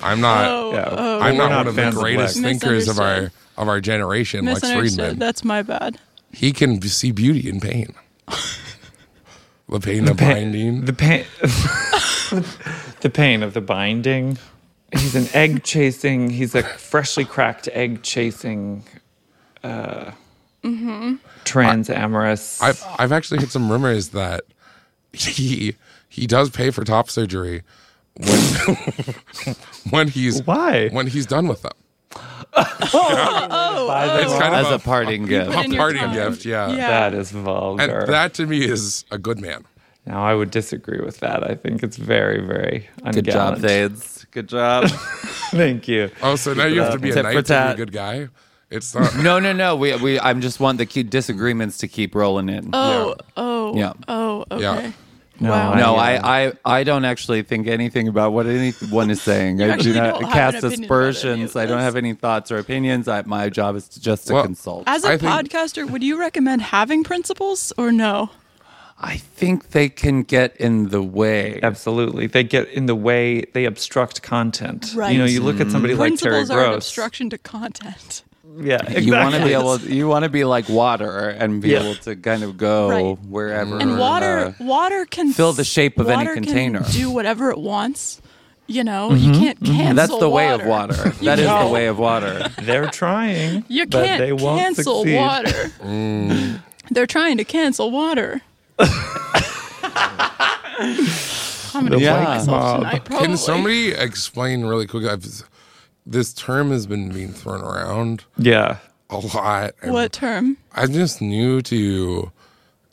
[SPEAKER 5] I'm not.
[SPEAKER 4] Oh,
[SPEAKER 6] Yeah.
[SPEAKER 4] oh,
[SPEAKER 5] I'm
[SPEAKER 6] We're
[SPEAKER 5] not,
[SPEAKER 6] not
[SPEAKER 5] one of the
[SPEAKER 6] fans of
[SPEAKER 5] greatest
[SPEAKER 6] Lex.
[SPEAKER 5] thinkers of our
[SPEAKER 4] Misunderstood.
[SPEAKER 5] of our generation, Lex
[SPEAKER 4] misunderstood.
[SPEAKER 5] Friedman.
[SPEAKER 4] That's my bad.
[SPEAKER 5] he can b- see beauty in pain. the pain of
[SPEAKER 6] Pa-
[SPEAKER 5] binding.
[SPEAKER 6] The pain. the pain of the binding. He's an egg chasing. He's a freshly cracked egg chasing. Uh,
[SPEAKER 4] Mm-hmm.
[SPEAKER 6] Trans amorous.
[SPEAKER 5] I've I've actually heard some rumors that he he does pay for top surgery when when he's
[SPEAKER 6] Why?
[SPEAKER 5] when he's done with them.
[SPEAKER 6] By the
[SPEAKER 5] It's
[SPEAKER 6] way,
[SPEAKER 5] kind
[SPEAKER 7] As
[SPEAKER 5] of
[SPEAKER 7] a parting gift.
[SPEAKER 4] Put in
[SPEAKER 5] a
[SPEAKER 4] your
[SPEAKER 5] parting
[SPEAKER 4] time.
[SPEAKER 5] gift, yeah.
[SPEAKER 4] Yeah.
[SPEAKER 6] that is vulgar.
[SPEAKER 5] And that to me is a good man.
[SPEAKER 6] now I would disagree with that. I think it's very, very
[SPEAKER 7] Good job,
[SPEAKER 6] ungallant.
[SPEAKER 7] Thades. Good job.
[SPEAKER 6] Thank you.
[SPEAKER 5] Oh, so now you have to be a
[SPEAKER 7] Tit for
[SPEAKER 5] knight to
[SPEAKER 7] tat.
[SPEAKER 5] be a good guy. It's not.
[SPEAKER 7] no, no, no. We, we, I'm just want the key disagreements to keep rolling in.
[SPEAKER 4] Oh, oh,
[SPEAKER 7] Yeah.
[SPEAKER 4] oh, okay.
[SPEAKER 5] Yeah.
[SPEAKER 6] No,
[SPEAKER 4] Wow.
[SPEAKER 7] No,
[SPEAKER 6] I,
[SPEAKER 7] Oh, I, I, I don't actually think anything about what anyone is saying. I do
[SPEAKER 4] actually
[SPEAKER 7] not
[SPEAKER 4] don't have
[SPEAKER 7] cast
[SPEAKER 4] an opinion about any of
[SPEAKER 7] aspersions. I don't
[SPEAKER 4] this.
[SPEAKER 7] have any thoughts or opinions. I, my job is to just to
[SPEAKER 5] Well,
[SPEAKER 7] consult.
[SPEAKER 4] As a
[SPEAKER 5] I think-
[SPEAKER 4] podcaster, would you recommend having principles or no?
[SPEAKER 7] I think they can get in the way.
[SPEAKER 6] absolutely. They get in the way. They obstruct content. You know,
[SPEAKER 4] Right.
[SPEAKER 6] you look at somebody like Terry
[SPEAKER 4] principles are an
[SPEAKER 6] Gross.
[SPEAKER 4] obstruction to content.
[SPEAKER 6] Yeah, exactly.
[SPEAKER 7] You want to be able. You want to be like water and be
[SPEAKER 6] Yeah.
[SPEAKER 7] able to kind of go
[SPEAKER 4] Right.
[SPEAKER 7] wherever.
[SPEAKER 4] And water,
[SPEAKER 7] uh,
[SPEAKER 4] water can
[SPEAKER 7] fill the shape of any
[SPEAKER 4] water can
[SPEAKER 7] container. Mm-hmm,
[SPEAKER 4] do whatever it wants. You know, you can't cancel.
[SPEAKER 7] that's the way of water. That is the
[SPEAKER 4] can't-
[SPEAKER 7] way of water.
[SPEAKER 6] They're trying.
[SPEAKER 4] You
[SPEAKER 6] but
[SPEAKER 4] can't
[SPEAKER 6] they won't
[SPEAKER 4] cancel
[SPEAKER 6] succeed.
[SPEAKER 5] Mm.
[SPEAKER 4] water. They're trying to cancel water. I'm gonna
[SPEAKER 7] Yeah.
[SPEAKER 4] play myself tonight. Probably.
[SPEAKER 5] Can somebody explain really quick? I've, this term has been being thrown around
[SPEAKER 6] Yeah.
[SPEAKER 5] a lot. and
[SPEAKER 4] What term?
[SPEAKER 5] I'm just new to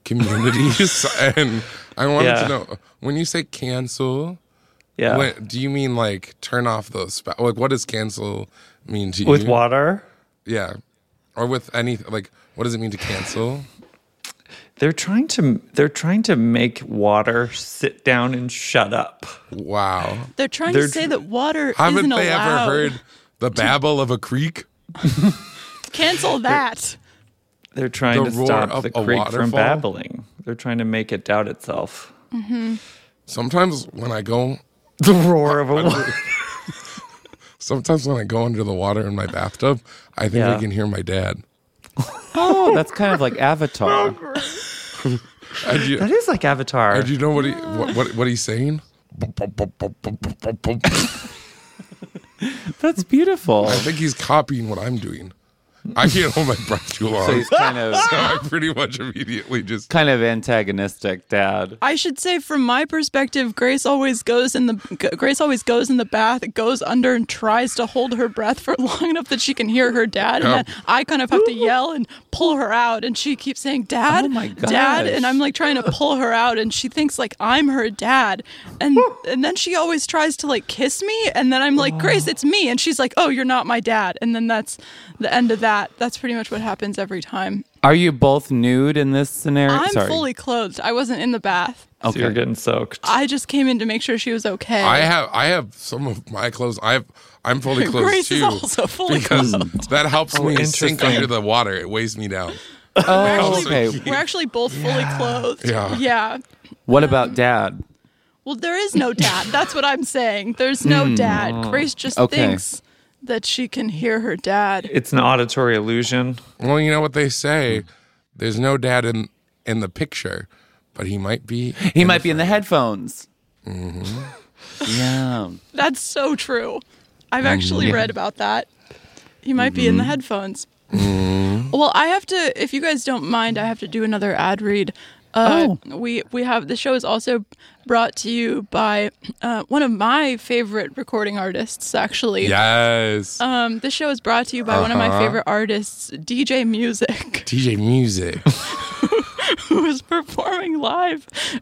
[SPEAKER 5] communities, and I wanted
[SPEAKER 6] Yeah.
[SPEAKER 5] to know when you say cancel.
[SPEAKER 6] Yeah.
[SPEAKER 5] What, do you mean like turn off those? Spa- like, what does cancel mean to you?
[SPEAKER 6] With water?
[SPEAKER 5] Yeah, or with any like, what does it mean to cancel?
[SPEAKER 6] They're trying to they're trying to make water sit down and shut up.
[SPEAKER 5] Wow,
[SPEAKER 4] They're trying
[SPEAKER 6] They're
[SPEAKER 4] to
[SPEAKER 6] tr-
[SPEAKER 4] say that water
[SPEAKER 5] haven't
[SPEAKER 4] isn't
[SPEAKER 5] they
[SPEAKER 4] allowed.
[SPEAKER 5] ever heard the babble of a creek,
[SPEAKER 4] Cancel that.
[SPEAKER 6] They're trying
[SPEAKER 5] The
[SPEAKER 6] to
[SPEAKER 5] roar
[SPEAKER 6] stop
[SPEAKER 5] of
[SPEAKER 6] the
[SPEAKER 5] a
[SPEAKER 6] creek
[SPEAKER 5] waterfall?
[SPEAKER 6] from babbling. They're trying to make it doubt itself.
[SPEAKER 5] Sometimes when I go,
[SPEAKER 6] The roar of a water.
[SPEAKER 5] sometimes when I go under the water in my bathtub, I think I
[SPEAKER 6] Yeah.
[SPEAKER 5] can hear my dad.
[SPEAKER 7] Oh, that's kind of like Avatar.
[SPEAKER 5] And you-
[SPEAKER 6] That is like Avatar.
[SPEAKER 5] And you know what he what what, what he's saying? I
[SPEAKER 7] That's beautiful.
[SPEAKER 5] think he's copying what I'm doing. I can't hold my breath too long.
[SPEAKER 7] So he's kind of
[SPEAKER 5] I pretty much immediately just
[SPEAKER 7] kind of antagonistic, Dad.
[SPEAKER 4] I should say, from my perspective, Grace always goes in the G- Grace always goes in the bath, goes under, and tries to hold her breath for long enough that she can hear her dad, and
[SPEAKER 5] Yeah.
[SPEAKER 4] then I kind of have to yell and pull her out, and she keeps saying "dad,
[SPEAKER 7] Oh my
[SPEAKER 4] dad,"
[SPEAKER 7] gosh.
[SPEAKER 4] and I'm like trying to pull her out, and she thinks like I'm her dad, and and then she always tries to like kiss me, and then I'm like Grace, it's me, and she's like, "Oh, you're not my dad," and then that's the end of that. That's pretty much what happens every time.
[SPEAKER 7] Are you both nude in this scenario?
[SPEAKER 4] I'm
[SPEAKER 7] Sorry.
[SPEAKER 4] fully clothed. I wasn't in the bath.
[SPEAKER 6] so you're
[SPEAKER 7] Okay.
[SPEAKER 6] getting soaked.
[SPEAKER 4] I just came in to make sure she was okay.
[SPEAKER 5] I have I have some of my clothes. I have I'm fully clothed
[SPEAKER 4] Grace
[SPEAKER 5] too.
[SPEAKER 4] is also fully
[SPEAKER 5] because
[SPEAKER 4] clothed.
[SPEAKER 5] that helps
[SPEAKER 6] Oh,
[SPEAKER 5] me sink
[SPEAKER 6] interesting.
[SPEAKER 5] under the water. It weighs me down.
[SPEAKER 7] Oh, okay.
[SPEAKER 4] We're actually both fully clothed.
[SPEAKER 5] Yeah.
[SPEAKER 7] What about Dad?
[SPEAKER 4] Well, there is no dad. That's what I'm saying. There's no
[SPEAKER 5] Hmm.
[SPEAKER 4] dad. Grace just
[SPEAKER 7] Okay.
[SPEAKER 4] thinks that she can hear her dad.
[SPEAKER 6] it's an auditory illusion.
[SPEAKER 5] Well, you know what they
[SPEAKER 6] Hmm.
[SPEAKER 5] say. There's no dad in in the picture, but he might be.
[SPEAKER 7] He might be in the headphones.
[SPEAKER 5] Mm-hmm.
[SPEAKER 7] Yeah.
[SPEAKER 4] That's so true. I've actually read about that. He might be in the headphones. Well, I have to. If you guys don't mind, I have to do another ad read. Uh, We we have the show is also brought to you by uh, one of my favorite recording artists, actually.
[SPEAKER 5] Yes.
[SPEAKER 4] Um, this show is brought to you by one of my favorite artists, DJ Music,
[SPEAKER 5] DJ Music.
[SPEAKER 4] who is performing live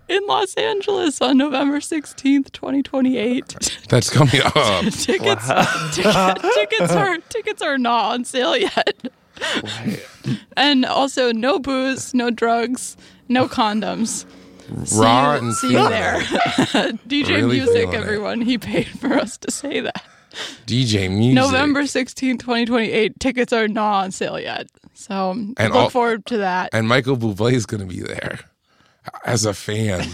[SPEAKER 4] in Los Angeles on November 16th, 2028.
[SPEAKER 5] That's coming up.
[SPEAKER 4] tickets, ticket, tickets are tickets are not on sale yet. and also no booze, no drugs, no condoms. See
[SPEAKER 5] Raw
[SPEAKER 4] you,
[SPEAKER 5] and
[SPEAKER 4] see you
[SPEAKER 5] feeling
[SPEAKER 4] there. DJ
[SPEAKER 5] Really
[SPEAKER 4] Music,
[SPEAKER 5] feeling it.
[SPEAKER 4] everyone. He paid for us to say that.
[SPEAKER 5] DJ Music.
[SPEAKER 4] November 16, 2028. Tickets are not on sale yet. So look
[SPEAKER 5] all-
[SPEAKER 4] forward to that.
[SPEAKER 5] And Michael Bublé is going to be there as a fan.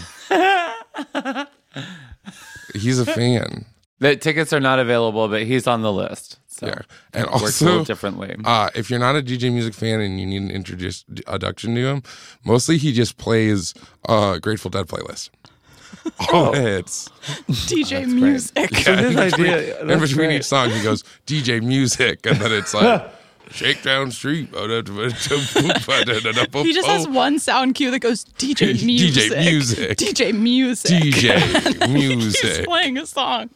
[SPEAKER 5] He's a fan.
[SPEAKER 7] The tickets are not available, but he's on the list. So
[SPEAKER 5] Yeah. And
[SPEAKER 7] it works a little
[SPEAKER 5] also,
[SPEAKER 7] differently.
[SPEAKER 5] uh, if you're not a DJ Music fan and you need an introduce- introduction to him, mostly he just plays uh, Grateful Dead playlist. All the hits.
[SPEAKER 4] DJ Music.
[SPEAKER 6] Oh. So this idea
[SPEAKER 5] In
[SPEAKER 6] that's
[SPEAKER 5] between
[SPEAKER 6] great.
[SPEAKER 5] each song, he goes, DJ Music. And then it's like, Shakedown Street.
[SPEAKER 4] He
[SPEAKER 5] he
[SPEAKER 4] just has one sound cue that goes DJ
[SPEAKER 5] DJ
[SPEAKER 4] Music.
[SPEAKER 5] Oh. music.
[SPEAKER 4] DJ Music.
[SPEAKER 5] DJ
[SPEAKER 4] He's
[SPEAKER 5] Music.
[SPEAKER 4] playing a song.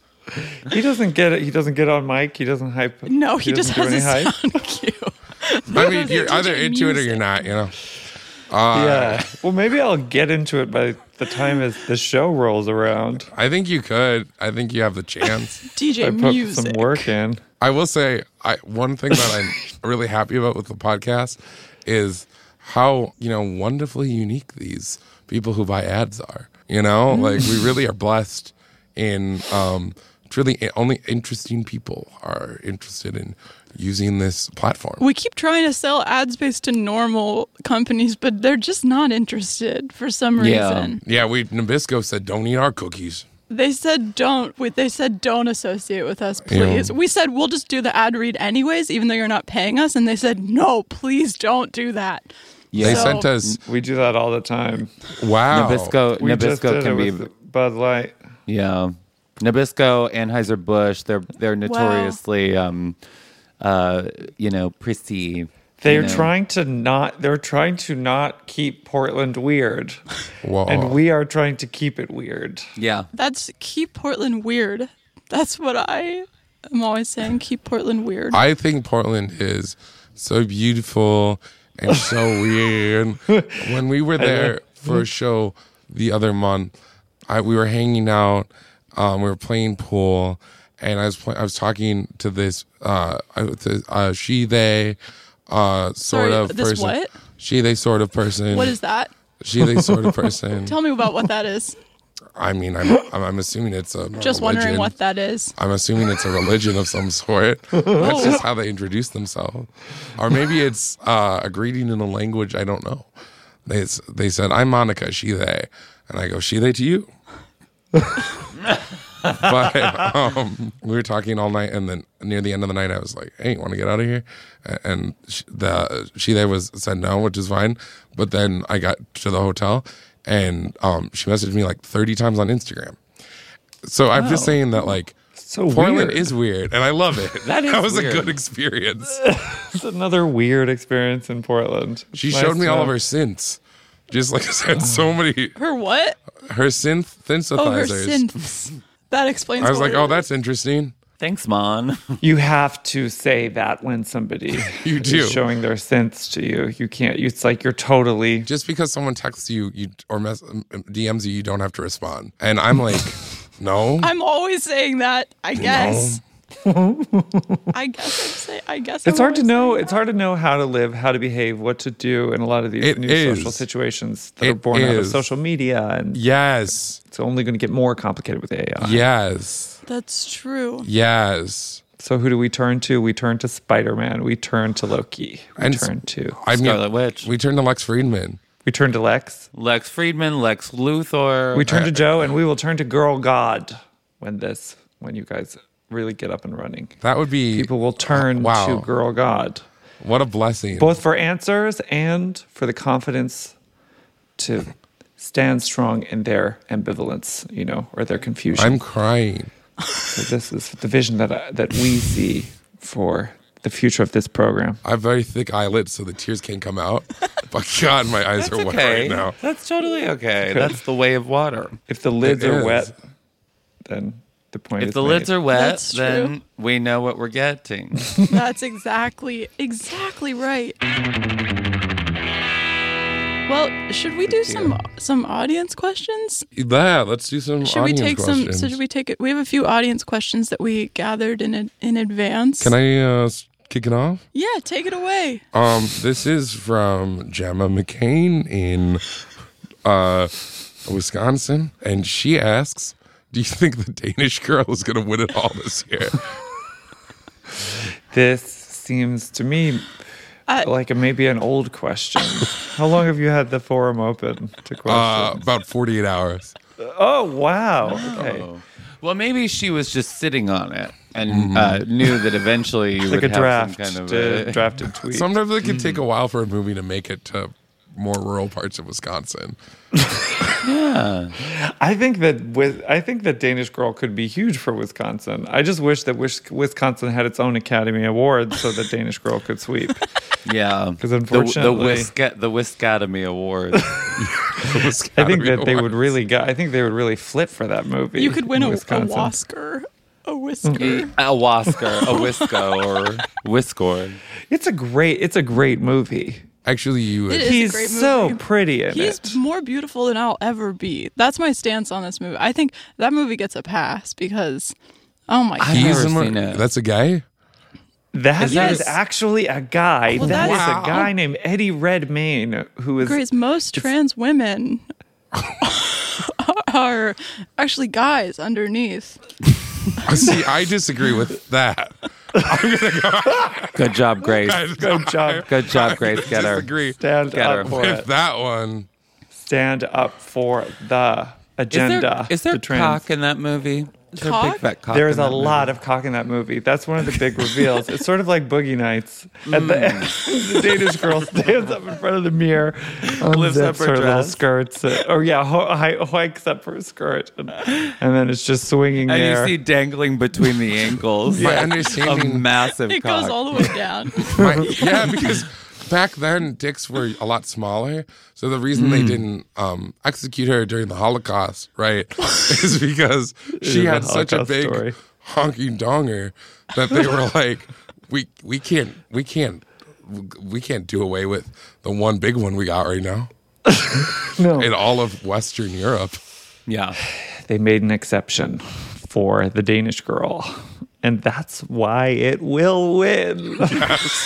[SPEAKER 6] He doesn't get it. He doesn't get on mic. He doesn't hype.
[SPEAKER 4] No, he, just
[SPEAKER 6] doesn't
[SPEAKER 4] has a
[SPEAKER 6] do any hype.
[SPEAKER 4] sound cue.
[SPEAKER 5] I mean,
[SPEAKER 4] DJ
[SPEAKER 5] you're either into it or you're
[SPEAKER 4] music.
[SPEAKER 5] not, you know.
[SPEAKER 6] yeah. Well, maybe I'll get into it by the time as the show rolls around.
[SPEAKER 5] I think you could. I think you have the chance.
[SPEAKER 4] DJ
[SPEAKER 6] I put
[SPEAKER 4] Music.
[SPEAKER 6] some work in.
[SPEAKER 5] I will say, I one thing that I'm really happy about with the podcast is how you know wonderfully unique these people who buy ads are. You know, like we really are blessed in um, truly only interesting people are interested in using this platform.
[SPEAKER 4] We keep trying to sell ad space to normal companies, but they're just not interested for some
[SPEAKER 7] Yeah.
[SPEAKER 4] reason.
[SPEAKER 5] Yeah, we Nabisco said don't eat our cookies.
[SPEAKER 4] They said don't. Wait, they said don't associate with us, please. We said we'll just do the ad read anyways, even though you're not paying us. And they said no, please don't do that.
[SPEAKER 5] They
[SPEAKER 4] So-
[SPEAKER 5] sent us
[SPEAKER 6] We do that all the time.
[SPEAKER 5] wow.
[SPEAKER 7] Nabisco,
[SPEAKER 6] We just
[SPEAKER 7] Nabisco
[SPEAKER 6] did
[SPEAKER 7] can
[SPEAKER 6] it
[SPEAKER 7] be,
[SPEAKER 6] with Bud Light.
[SPEAKER 7] yeah. Nabisco, Anheuser Busch, they're they're notoriously, um, uh, you know, prissy.
[SPEAKER 6] They're
[SPEAKER 7] You know?
[SPEAKER 6] trying to not. They're trying to not keep Portland weird,
[SPEAKER 5] Whoa.
[SPEAKER 6] and we are trying to keep it weird.
[SPEAKER 7] Yeah.
[SPEAKER 4] That's keep Portland weird. That's what I am always saying. Keep Portland weird.
[SPEAKER 5] I think Portland is so beautiful and so weird. When we were there for a show the other month, I, we were hanging out. Um, we were playing pool, and I was play, I was talking to this uh, I- to, uh she they uh sort
[SPEAKER 4] Sorry,
[SPEAKER 5] of
[SPEAKER 4] this
[SPEAKER 5] person.
[SPEAKER 4] what?
[SPEAKER 5] She they sort of person.
[SPEAKER 4] What is that?
[SPEAKER 5] She they sort of person.
[SPEAKER 4] Tell me about what that is.
[SPEAKER 5] I mean, I'm I'm, I'm assuming it's a
[SPEAKER 4] Just wondering
[SPEAKER 5] religion.
[SPEAKER 4] what that is.
[SPEAKER 5] I'm assuming it's a religion of some sort. That's just how they introduce themselves, or maybe it's uh, a greeting in a language I don't know. They s- they said I'm Monica, she they, and I go she they to you. but um, we were talking all night, and then near the end of the night, I was like, "Hey, want to get out of here?" A- And she, the she there was said no, which is fine. But then I got to the hotel, and um, she messaged me like thirty times on Instagram. So I'm just saying that like
[SPEAKER 6] So
[SPEAKER 5] Portland
[SPEAKER 6] weird.
[SPEAKER 5] is weird, and I love it.
[SPEAKER 6] That is
[SPEAKER 5] was
[SPEAKER 6] weird.
[SPEAKER 5] a good experience.
[SPEAKER 6] It's another weird experience in Portland.
[SPEAKER 5] She
[SPEAKER 6] Nice
[SPEAKER 5] showed me
[SPEAKER 6] to
[SPEAKER 5] all
[SPEAKER 6] know.
[SPEAKER 5] of her synths. Just like I said, so many
[SPEAKER 4] Her what?
[SPEAKER 5] her synth synthesizers.
[SPEAKER 4] Oh, her synths. That explains.
[SPEAKER 5] I was
[SPEAKER 4] what
[SPEAKER 5] like,
[SPEAKER 4] it
[SPEAKER 5] oh,
[SPEAKER 4] is.
[SPEAKER 5] that's interesting.
[SPEAKER 7] Thanks, Mon.
[SPEAKER 6] You have to say that when somebody
[SPEAKER 5] You
[SPEAKER 6] is
[SPEAKER 5] do.
[SPEAKER 6] showing their sense to you. You can't. It's like you're totally.
[SPEAKER 5] Just because someone texts you, you or mess, DMs you, you don't have to respond. And I'm like, no.
[SPEAKER 4] I'm always saying that. I guess. I guess I'm saying. I guess.
[SPEAKER 6] It's
[SPEAKER 4] I'm
[SPEAKER 6] hard to
[SPEAKER 4] always
[SPEAKER 6] know.
[SPEAKER 4] saying
[SPEAKER 6] It's hard to know how to live, how to behave, what to do in a lot of these
[SPEAKER 5] It
[SPEAKER 6] new
[SPEAKER 5] is.
[SPEAKER 6] social situations that are
[SPEAKER 5] It
[SPEAKER 6] born out of
[SPEAKER 5] is.
[SPEAKER 6] social media, and
[SPEAKER 5] yes,
[SPEAKER 6] it's only going to get more complicated with AI.
[SPEAKER 5] yes,
[SPEAKER 4] that. That's true.
[SPEAKER 5] yes.
[SPEAKER 6] So who do we turn to? We turn to Spider Man. We turn to Loki. We
[SPEAKER 5] And s-
[SPEAKER 6] turn to
[SPEAKER 5] I mean,
[SPEAKER 7] Scarlet Witch.
[SPEAKER 5] We turned to Lex Friedman.
[SPEAKER 6] we turn to Lex.
[SPEAKER 7] Lex Friedman, Lex Luthor.
[SPEAKER 6] We turn to Joe, and we will turn to Girl God when this when you guys really get up and running.
[SPEAKER 5] That would be
[SPEAKER 6] People will turn
[SPEAKER 5] Wow.
[SPEAKER 6] to Girl God.
[SPEAKER 5] What a blessing.
[SPEAKER 6] both for answers and for the confidence to stand strong in their ambivalence, you know, or their confusion.
[SPEAKER 5] I'm crying.
[SPEAKER 6] so this is the vision that I, that we see for the future of this program.
[SPEAKER 5] I have very thick eyelids, so the tears can't come out. but God, my eyes are wet
[SPEAKER 7] okay.
[SPEAKER 5] right now.
[SPEAKER 7] That's totally okay. That's the way of water.
[SPEAKER 6] If the lids
[SPEAKER 5] It
[SPEAKER 6] are
[SPEAKER 5] is.
[SPEAKER 6] wet, then the point
[SPEAKER 7] If
[SPEAKER 6] is
[SPEAKER 7] the
[SPEAKER 6] made.
[SPEAKER 7] lids are wet,
[SPEAKER 4] That's true.
[SPEAKER 7] then we know what we're getting.
[SPEAKER 4] That's exactly exactly right. Well, should we do some some audience questions?
[SPEAKER 5] Yeah, let's do some
[SPEAKER 4] Should we
[SPEAKER 5] audience
[SPEAKER 4] take
[SPEAKER 5] questions.
[SPEAKER 4] some? So should we take it? We have a few audience questions that we gathered in ad- in advance.
[SPEAKER 5] Can I uh, s- kick it off?
[SPEAKER 4] Yeah, take it away.
[SPEAKER 5] Um, this is from Gemma McCain in uh, Wisconsin, and she asks, "Do you think the Danish girl is going to win it all this year?"
[SPEAKER 6] This seems to me
[SPEAKER 4] Uh,
[SPEAKER 6] like a, maybe an old question. How long have you had the forum open to
[SPEAKER 5] Uh,
[SPEAKER 6] questions?
[SPEAKER 5] about forty-eight hours.
[SPEAKER 6] oh wow! Okay,
[SPEAKER 7] Oh. well, maybe she was just sitting on it and uh, knew that eventually you
[SPEAKER 6] like
[SPEAKER 7] would
[SPEAKER 6] a
[SPEAKER 7] have
[SPEAKER 6] draft,
[SPEAKER 7] some kind of
[SPEAKER 6] to-
[SPEAKER 4] uh,
[SPEAKER 7] a-
[SPEAKER 6] drafted tweet.
[SPEAKER 5] Sometimes it can take a while for a movie to make it to more rural parts of Wisconsin.
[SPEAKER 6] I think that with I think that Danish Girl could be huge for Wisconsin. I just wish that Wis- Wisconsin had its own Academy Award so that Danish Girl could sweep.
[SPEAKER 7] yeah. Because
[SPEAKER 6] unfortunately-
[SPEAKER 7] the, Wisca- the Wiscatomy Award.
[SPEAKER 6] I think that they would
[SPEAKER 5] Awards.
[SPEAKER 6] really go, I think they would really flip for that movie.
[SPEAKER 4] You could win
[SPEAKER 6] in
[SPEAKER 4] a, a
[SPEAKER 6] Wisconsin.
[SPEAKER 4] Wasker. A
[SPEAKER 6] Mm-hmm.
[SPEAKER 4] whisker.
[SPEAKER 7] a Wasker, a Wisco, or Whiskor.
[SPEAKER 6] It's a great it's a great movie.
[SPEAKER 5] Actually, you would.
[SPEAKER 4] It is a
[SPEAKER 6] He's
[SPEAKER 4] great
[SPEAKER 6] so
[SPEAKER 4] movie.
[SPEAKER 6] pretty in
[SPEAKER 4] He's
[SPEAKER 6] it.
[SPEAKER 4] more beautiful than I'll ever be. That's my stance on this movie. I think that movie gets a pass because, oh my god,
[SPEAKER 7] I've
[SPEAKER 5] He's
[SPEAKER 7] never
[SPEAKER 5] in one-
[SPEAKER 7] seen it.
[SPEAKER 5] That's a guy.
[SPEAKER 6] That is
[SPEAKER 7] Is that a-
[SPEAKER 6] actually a guy.
[SPEAKER 4] Well,
[SPEAKER 6] that is
[SPEAKER 4] that's-
[SPEAKER 6] a guy named Eddie Redmayne who is
[SPEAKER 4] Grace, most trans women are actually guys underneath.
[SPEAKER 5] Uh, See, I disagree with that.
[SPEAKER 7] Good job, Grace.
[SPEAKER 6] good job.
[SPEAKER 7] Good job, Grace
[SPEAKER 5] I
[SPEAKER 7] Getter.
[SPEAKER 5] disagree
[SPEAKER 6] Stand
[SPEAKER 7] Get
[SPEAKER 6] up
[SPEAKER 7] her.
[SPEAKER 6] for it.
[SPEAKER 5] with that one.
[SPEAKER 6] Stand up for the
[SPEAKER 7] Is
[SPEAKER 6] agenda.
[SPEAKER 7] there, is there
[SPEAKER 6] the trans-
[SPEAKER 7] cock in that movie? Is there a
[SPEAKER 4] Cock?
[SPEAKER 7] big fat cock
[SPEAKER 6] There's
[SPEAKER 7] in
[SPEAKER 6] a
[SPEAKER 7] that movie?
[SPEAKER 6] lot of cock in that movie. That's one of the big reveals. it's sort of like Boogie Nights. At the end,
[SPEAKER 7] Hmm.
[SPEAKER 6] the Danish girl stands up in front of the mirror, lifts up her, little
[SPEAKER 7] dress.
[SPEAKER 6] skirts, uh, or yeah, ho- hi- hikes up her skirt, and, and then it's just swinging
[SPEAKER 7] And
[SPEAKER 6] there.
[SPEAKER 7] you see dangling between the ankles.
[SPEAKER 5] My
[SPEAKER 7] like, a
[SPEAKER 5] understanding-
[SPEAKER 7] massive
[SPEAKER 4] It
[SPEAKER 7] cock.
[SPEAKER 4] goes all the way down.
[SPEAKER 5] My- yeah, because back then dicks were a lot smaller. So the reason they
[SPEAKER 9] Mm.
[SPEAKER 5] didn't um, execute her during the Holocaust, right, is because she
[SPEAKER 9] Is a
[SPEAKER 5] had such a
[SPEAKER 9] Holocaust
[SPEAKER 5] big
[SPEAKER 9] story.
[SPEAKER 5] honking donger that they were like, we we can't we can't we can't do away with the one big one we got right now.
[SPEAKER 6] No.
[SPEAKER 5] in all of Western Europe.
[SPEAKER 7] Yeah.
[SPEAKER 6] They made an exception for the Danish girl. And that's why it will win.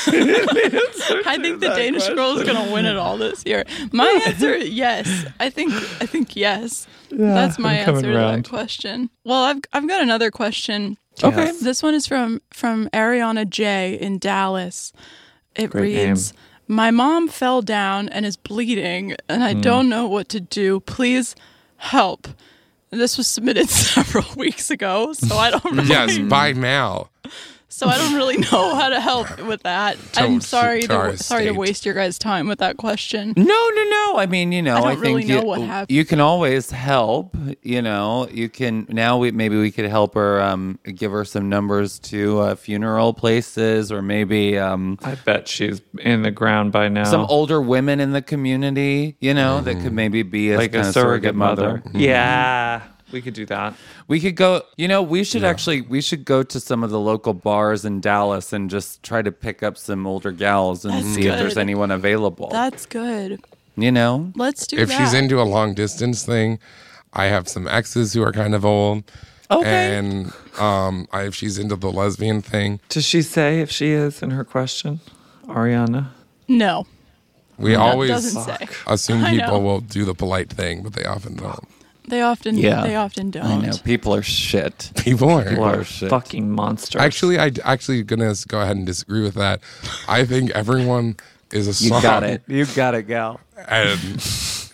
[SPEAKER 4] I think the Danish girl is going to win it all this year. My answer, yes. I think I think yes.
[SPEAKER 6] Yeah,
[SPEAKER 4] That's my
[SPEAKER 6] I'm coming
[SPEAKER 4] answer to
[SPEAKER 6] around.
[SPEAKER 4] that question. Well, I've I've got another question.
[SPEAKER 6] Okay. Yes.
[SPEAKER 4] This one is from from Ariana J in Dallas. It
[SPEAKER 6] Great name.
[SPEAKER 4] reads My mom fell down and is bleeding and I
[SPEAKER 6] Hmm.
[SPEAKER 4] don't know what to do. Please help. This was submitted several weeks ago, so I don't really
[SPEAKER 5] yes, by
[SPEAKER 9] Hmm.
[SPEAKER 5] mail.
[SPEAKER 4] so I don't really know how to help with that. I'm
[SPEAKER 7] Don't
[SPEAKER 4] sorry
[SPEAKER 7] shoot
[SPEAKER 4] to,
[SPEAKER 7] our
[SPEAKER 4] sorry to
[SPEAKER 7] estate.
[SPEAKER 4] waste your guys' time with that question.
[SPEAKER 7] No, no, no. I mean, you know,
[SPEAKER 4] I don't
[SPEAKER 7] I,
[SPEAKER 4] really
[SPEAKER 7] think
[SPEAKER 4] know
[SPEAKER 7] you,
[SPEAKER 4] what happened.
[SPEAKER 7] you can always help. You know, you can now. We maybe we could help her. Um, give her some numbers to uh, funeral places, or maybe. Um,
[SPEAKER 6] I bet she's in the ground by now.
[SPEAKER 7] Some older women in the community, you know, that could maybe be a,
[SPEAKER 6] Mm. Like a
[SPEAKER 7] kinda
[SPEAKER 6] surrogate mother. Yeah,
[SPEAKER 7] we could do that. We could go. You know, we should actually we should go to some of the local bars in Dallas and just try to pick up some older gals and
[SPEAKER 4] That's
[SPEAKER 7] see if there's
[SPEAKER 4] good.
[SPEAKER 7] anyone available.
[SPEAKER 4] That's good.
[SPEAKER 7] you know,
[SPEAKER 4] Let's do
[SPEAKER 5] if
[SPEAKER 4] that.
[SPEAKER 5] she's into a long distance thing, I have some exes who are kind of old.
[SPEAKER 4] Okay.
[SPEAKER 5] And um, I, if she's into the lesbian thing,
[SPEAKER 6] Does she say if she is in her question, Ariana?
[SPEAKER 4] no.
[SPEAKER 5] we
[SPEAKER 6] That
[SPEAKER 5] always
[SPEAKER 4] doesn't say.
[SPEAKER 5] assume
[SPEAKER 4] I know.
[SPEAKER 5] people will do the polite thing, but they often don't.
[SPEAKER 4] They often
[SPEAKER 5] Yeah.
[SPEAKER 4] they often
[SPEAKER 7] I
[SPEAKER 4] don't.
[SPEAKER 7] know people are shit.
[SPEAKER 5] People are,
[SPEAKER 7] People are shit.
[SPEAKER 6] fucking monsters.
[SPEAKER 5] Actually, I actually gonna s- go ahead and disagree with that. I think everyone is a
[SPEAKER 7] You
[SPEAKER 5] song.
[SPEAKER 7] got it. You got it, gal.
[SPEAKER 5] and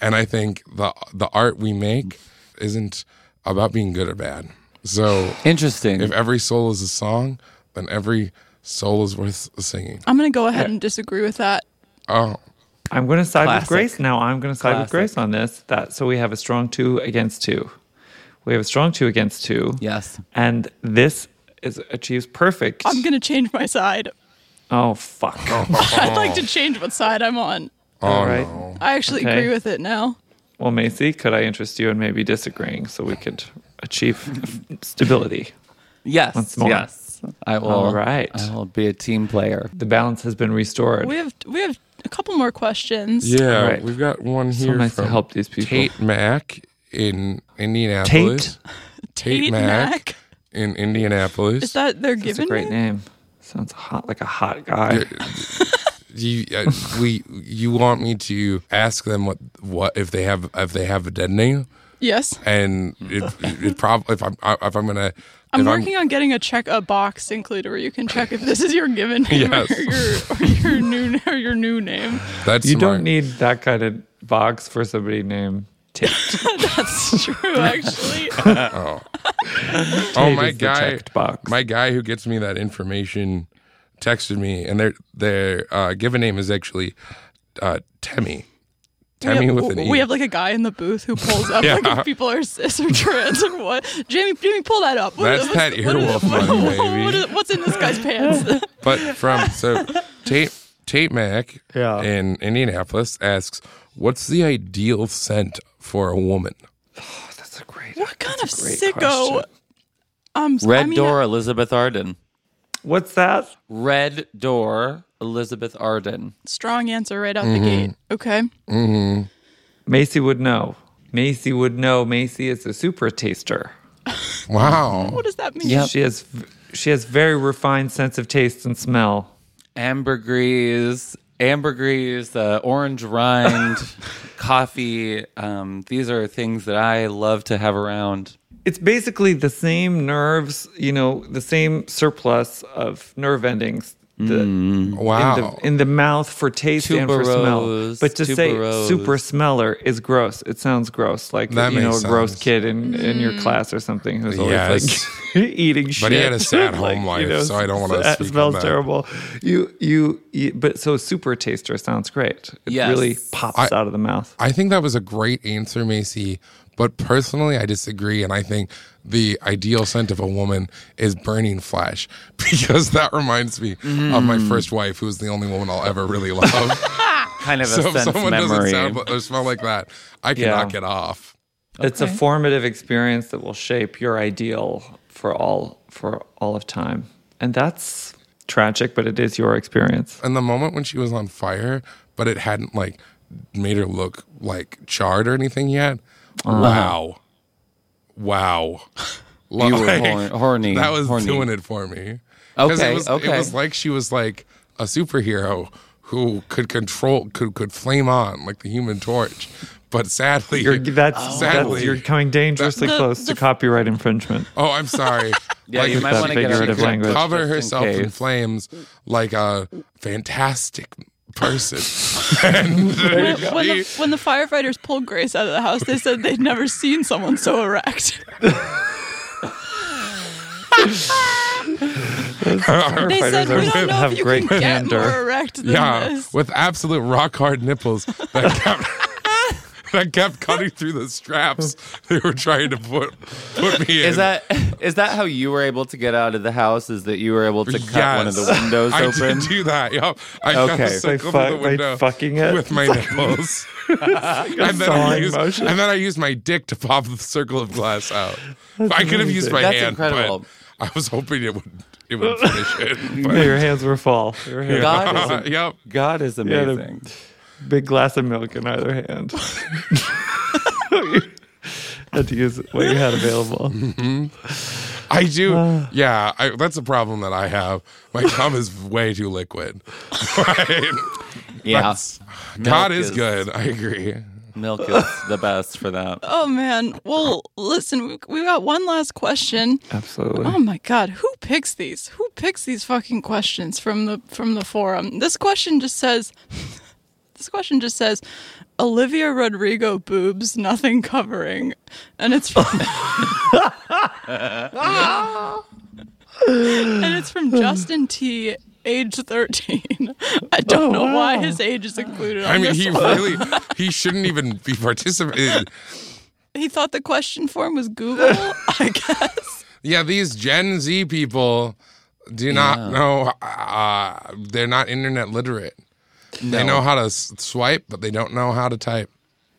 [SPEAKER 5] and I think the the art we make isn't about being good or bad. So
[SPEAKER 7] interesting.
[SPEAKER 5] If every soul is a song, then every soul is worth singing.
[SPEAKER 4] I'm gonna go ahead and disagree with that.
[SPEAKER 5] Oh,
[SPEAKER 6] I'm going to side
[SPEAKER 5] Classic.
[SPEAKER 6] with Grace now. I'm going to side with
[SPEAKER 5] Classic.
[SPEAKER 6] Grace on this. That so we have a strong two against two. We have a strong two against two.
[SPEAKER 7] Yes.
[SPEAKER 6] And this is achieves perfect.
[SPEAKER 4] I'm gonna change my side.
[SPEAKER 6] Oh fuck.
[SPEAKER 4] I'd like to change what side I'm on.
[SPEAKER 6] All right.
[SPEAKER 4] I actually
[SPEAKER 6] Okay.
[SPEAKER 4] agree with it now.
[SPEAKER 6] Well, Macy, could I interest you in maybe disagreeing so we could achieve stability?
[SPEAKER 7] Yes.
[SPEAKER 6] Once more.
[SPEAKER 7] Yes. I will.
[SPEAKER 6] All right.
[SPEAKER 7] I will be a team player.
[SPEAKER 6] The balance has been restored.
[SPEAKER 4] We have we have a couple more questions.
[SPEAKER 5] Yeah,
[SPEAKER 6] All right.
[SPEAKER 5] we've got one
[SPEAKER 6] So
[SPEAKER 5] here
[SPEAKER 6] nice to
[SPEAKER 5] from
[SPEAKER 6] help these people.
[SPEAKER 5] Tate Mack in Indianapolis.
[SPEAKER 4] Tate Mack?
[SPEAKER 5] in Indianapolis.
[SPEAKER 4] Is that their
[SPEAKER 6] That's a
[SPEAKER 4] given
[SPEAKER 6] great
[SPEAKER 4] name?
[SPEAKER 6] name. Sounds hot, like a hot guy.
[SPEAKER 5] you uh, we you want me to ask them what what if they have if they have a dead name?
[SPEAKER 4] Yes.
[SPEAKER 5] And it, it probably if I'm if I'm gonna
[SPEAKER 4] I'm
[SPEAKER 5] if
[SPEAKER 4] working on getting a check a box included where you can check if this is your given name
[SPEAKER 5] Yes.
[SPEAKER 4] or, your, or your new or your new name.
[SPEAKER 5] That's
[SPEAKER 6] you
[SPEAKER 5] smart.
[SPEAKER 6] don't need that kind of box for somebody named Tate.
[SPEAKER 4] That's true, actually.
[SPEAKER 5] oh. oh
[SPEAKER 6] Tate
[SPEAKER 5] my
[SPEAKER 6] is the
[SPEAKER 5] guy
[SPEAKER 6] checked box.
[SPEAKER 5] my guy who gets me that information texted me and their their uh, given name is actually uh Temmie.
[SPEAKER 4] we
[SPEAKER 5] Temmie
[SPEAKER 4] have,
[SPEAKER 5] with an E.
[SPEAKER 4] we have like a guy in the booth who pulls up like
[SPEAKER 5] Yeah.
[SPEAKER 4] if people are cis or trans or what. Jamie, Jamie, pull that up. What-
[SPEAKER 5] That's
[SPEAKER 4] what's-
[SPEAKER 5] that
[SPEAKER 4] what is-
[SPEAKER 5] earwolf
[SPEAKER 4] what-
[SPEAKER 5] money,
[SPEAKER 4] what-
[SPEAKER 5] baby.
[SPEAKER 4] what is- what's in this guy's pants?
[SPEAKER 5] But from so Tate Tate Mac in Indianapolis asks, "What's the ideal scent for a woman?"
[SPEAKER 4] what kind of
[SPEAKER 6] great
[SPEAKER 4] sicko?
[SPEAKER 6] question.
[SPEAKER 4] Um,
[SPEAKER 7] Red
[SPEAKER 4] I mean,
[SPEAKER 7] Door, Elizabeth Arden.
[SPEAKER 6] What's that?
[SPEAKER 7] Red Door, Elizabeth Arden.
[SPEAKER 4] Strong answer right out
[SPEAKER 6] Mhm.
[SPEAKER 4] the gate. Okay.
[SPEAKER 6] Mm-hmm. Macy would know. Macy would know. Macy is a super taster.
[SPEAKER 5] Wow.
[SPEAKER 4] What does that mean?
[SPEAKER 6] She has she has very refined sense of taste and smell.
[SPEAKER 7] Ambergris, ambergris, uh, orange rind, coffee. Um, these are things that I love to have around.
[SPEAKER 6] It's basically the same nerves, you know, the same surplus of nerve endings. The,
[SPEAKER 5] Mm. Wow.
[SPEAKER 6] In the, in the mouth for taste and for smell.
[SPEAKER 7] Tuberose,
[SPEAKER 6] But to say
[SPEAKER 7] tuberose.
[SPEAKER 6] super smeller is gross. It sounds gross. Like,
[SPEAKER 5] That
[SPEAKER 6] you know, a
[SPEAKER 5] makes
[SPEAKER 6] gross
[SPEAKER 5] sense.
[SPEAKER 6] kid in, in your
[SPEAKER 7] Mm.
[SPEAKER 6] class or something who's always
[SPEAKER 5] Yes.
[SPEAKER 6] like eating shit.
[SPEAKER 5] But he had a sad
[SPEAKER 6] Like,
[SPEAKER 5] home
[SPEAKER 6] you
[SPEAKER 5] life,
[SPEAKER 6] know,
[SPEAKER 5] so I don't want to
[SPEAKER 6] that
[SPEAKER 5] speak
[SPEAKER 6] smells
[SPEAKER 5] on that.
[SPEAKER 6] terrible. You, you, you, but so super taster sounds great. It
[SPEAKER 7] Yes.
[SPEAKER 6] really pops out of the mouth.
[SPEAKER 5] I think that was a great answer, Macy. But personally, I disagree, and I think the ideal scent of a woman is burning flesh because that reminds me of my
[SPEAKER 7] Mm.
[SPEAKER 5] first wife, who was the only woman I'll ever really love.
[SPEAKER 7] Kind of a
[SPEAKER 5] so if
[SPEAKER 7] sense
[SPEAKER 5] someone doesn't
[SPEAKER 7] memory.
[SPEAKER 5] sound or smell like that, I cannot
[SPEAKER 6] Yeah.
[SPEAKER 5] get off.
[SPEAKER 6] It's a formative experience that will shape your ideal for all for all of time. And that's tragic, but it is your experience.
[SPEAKER 5] And the moment when she was on fire, but it hadn't like made her look like charred or anything yet.
[SPEAKER 6] Uh-huh.
[SPEAKER 5] Wow. Wow.
[SPEAKER 7] You were hor- horny,
[SPEAKER 5] That was
[SPEAKER 7] horny.
[SPEAKER 5] doing it for me. 'Cause
[SPEAKER 7] Okay,
[SPEAKER 5] It was,
[SPEAKER 7] okay.
[SPEAKER 5] It was like she was like a superhero who could control, could could flame on like the human torch. But sadly,
[SPEAKER 6] You're, that's, that's
[SPEAKER 5] sadly,
[SPEAKER 6] you're coming dangerously
[SPEAKER 5] The-
[SPEAKER 6] close to copyright infringement.
[SPEAKER 5] Oh, I'm sorry.
[SPEAKER 6] Yeah, you might wanna get
[SPEAKER 5] she
[SPEAKER 6] figurative
[SPEAKER 5] could
[SPEAKER 6] language
[SPEAKER 5] Cover
[SPEAKER 6] just in
[SPEAKER 5] herself in,
[SPEAKER 6] case.
[SPEAKER 5] flames like a fantastic person. and
[SPEAKER 4] When,
[SPEAKER 5] there
[SPEAKER 4] when
[SPEAKER 5] you
[SPEAKER 4] the, when the firefighters pulled Grace out of the house, they said they'd never seen someone so erect.
[SPEAKER 5] go.
[SPEAKER 4] They said, "We don't know
[SPEAKER 6] have
[SPEAKER 4] if you
[SPEAKER 6] great
[SPEAKER 4] can get
[SPEAKER 6] candor."
[SPEAKER 4] more erect than
[SPEAKER 5] yeah,
[SPEAKER 4] this."
[SPEAKER 5] with absolute rock hard nipples that kept that kept cutting through the straps they were trying to put put me in.
[SPEAKER 7] Is that is that how you were able to get out of the house? Is that you were able to cut one of the
[SPEAKER 5] Yes.
[SPEAKER 7] windows
[SPEAKER 5] I
[SPEAKER 7] open?
[SPEAKER 5] did do that. Yep. I cut
[SPEAKER 7] Okay.
[SPEAKER 5] a
[SPEAKER 7] By
[SPEAKER 5] circle
[SPEAKER 7] fuck-
[SPEAKER 5] through the
[SPEAKER 7] by
[SPEAKER 5] window
[SPEAKER 6] fucking it?
[SPEAKER 5] with my nipples. and, then I
[SPEAKER 6] sawing
[SPEAKER 5] used,
[SPEAKER 6] motion?
[SPEAKER 5] and then I used my dick to pop the circle of glass out.
[SPEAKER 6] That's
[SPEAKER 5] I could have used
[SPEAKER 6] amazing.
[SPEAKER 5] my
[SPEAKER 6] That's
[SPEAKER 5] hand,
[SPEAKER 6] incredible.
[SPEAKER 5] but I was hoping it would it would finish it. but-
[SPEAKER 6] Your hands were full. Your hands
[SPEAKER 5] God
[SPEAKER 6] were
[SPEAKER 5] is
[SPEAKER 6] full.
[SPEAKER 5] am- Yep.
[SPEAKER 7] God is
[SPEAKER 6] You had a
[SPEAKER 7] amazing.
[SPEAKER 6] Big glass of milk in either hand. had to use what you had available.
[SPEAKER 5] I do. yeah, I, that's a problem that I have. My cum is way too liquid. Right?
[SPEAKER 7] Yeah.
[SPEAKER 5] That's- God
[SPEAKER 7] Milk
[SPEAKER 5] is,
[SPEAKER 7] is-
[SPEAKER 5] good. I agree.
[SPEAKER 7] Milk is the best for that.
[SPEAKER 4] Oh man. Well, listen, we- we got one last question.
[SPEAKER 6] Absolutely.
[SPEAKER 4] Oh my god, who picks these? Who picks these fucking questions from the from the forum? This question just says This question just says Olivia Rodrigo boobs, nothing covering. And it's from And it's from Justin T, age 13. I
[SPEAKER 6] Oh,
[SPEAKER 4] don't know why his age is included on
[SPEAKER 5] I mean,
[SPEAKER 4] this
[SPEAKER 5] he
[SPEAKER 4] one.
[SPEAKER 5] really he shouldn't even be participating.
[SPEAKER 4] He thought the question form was Google.
[SPEAKER 5] Yeah, these Gen Z people do not know. Uh, they're not internet literate. They
[SPEAKER 6] No.
[SPEAKER 5] know how to s- swipe, but they don't know how to type.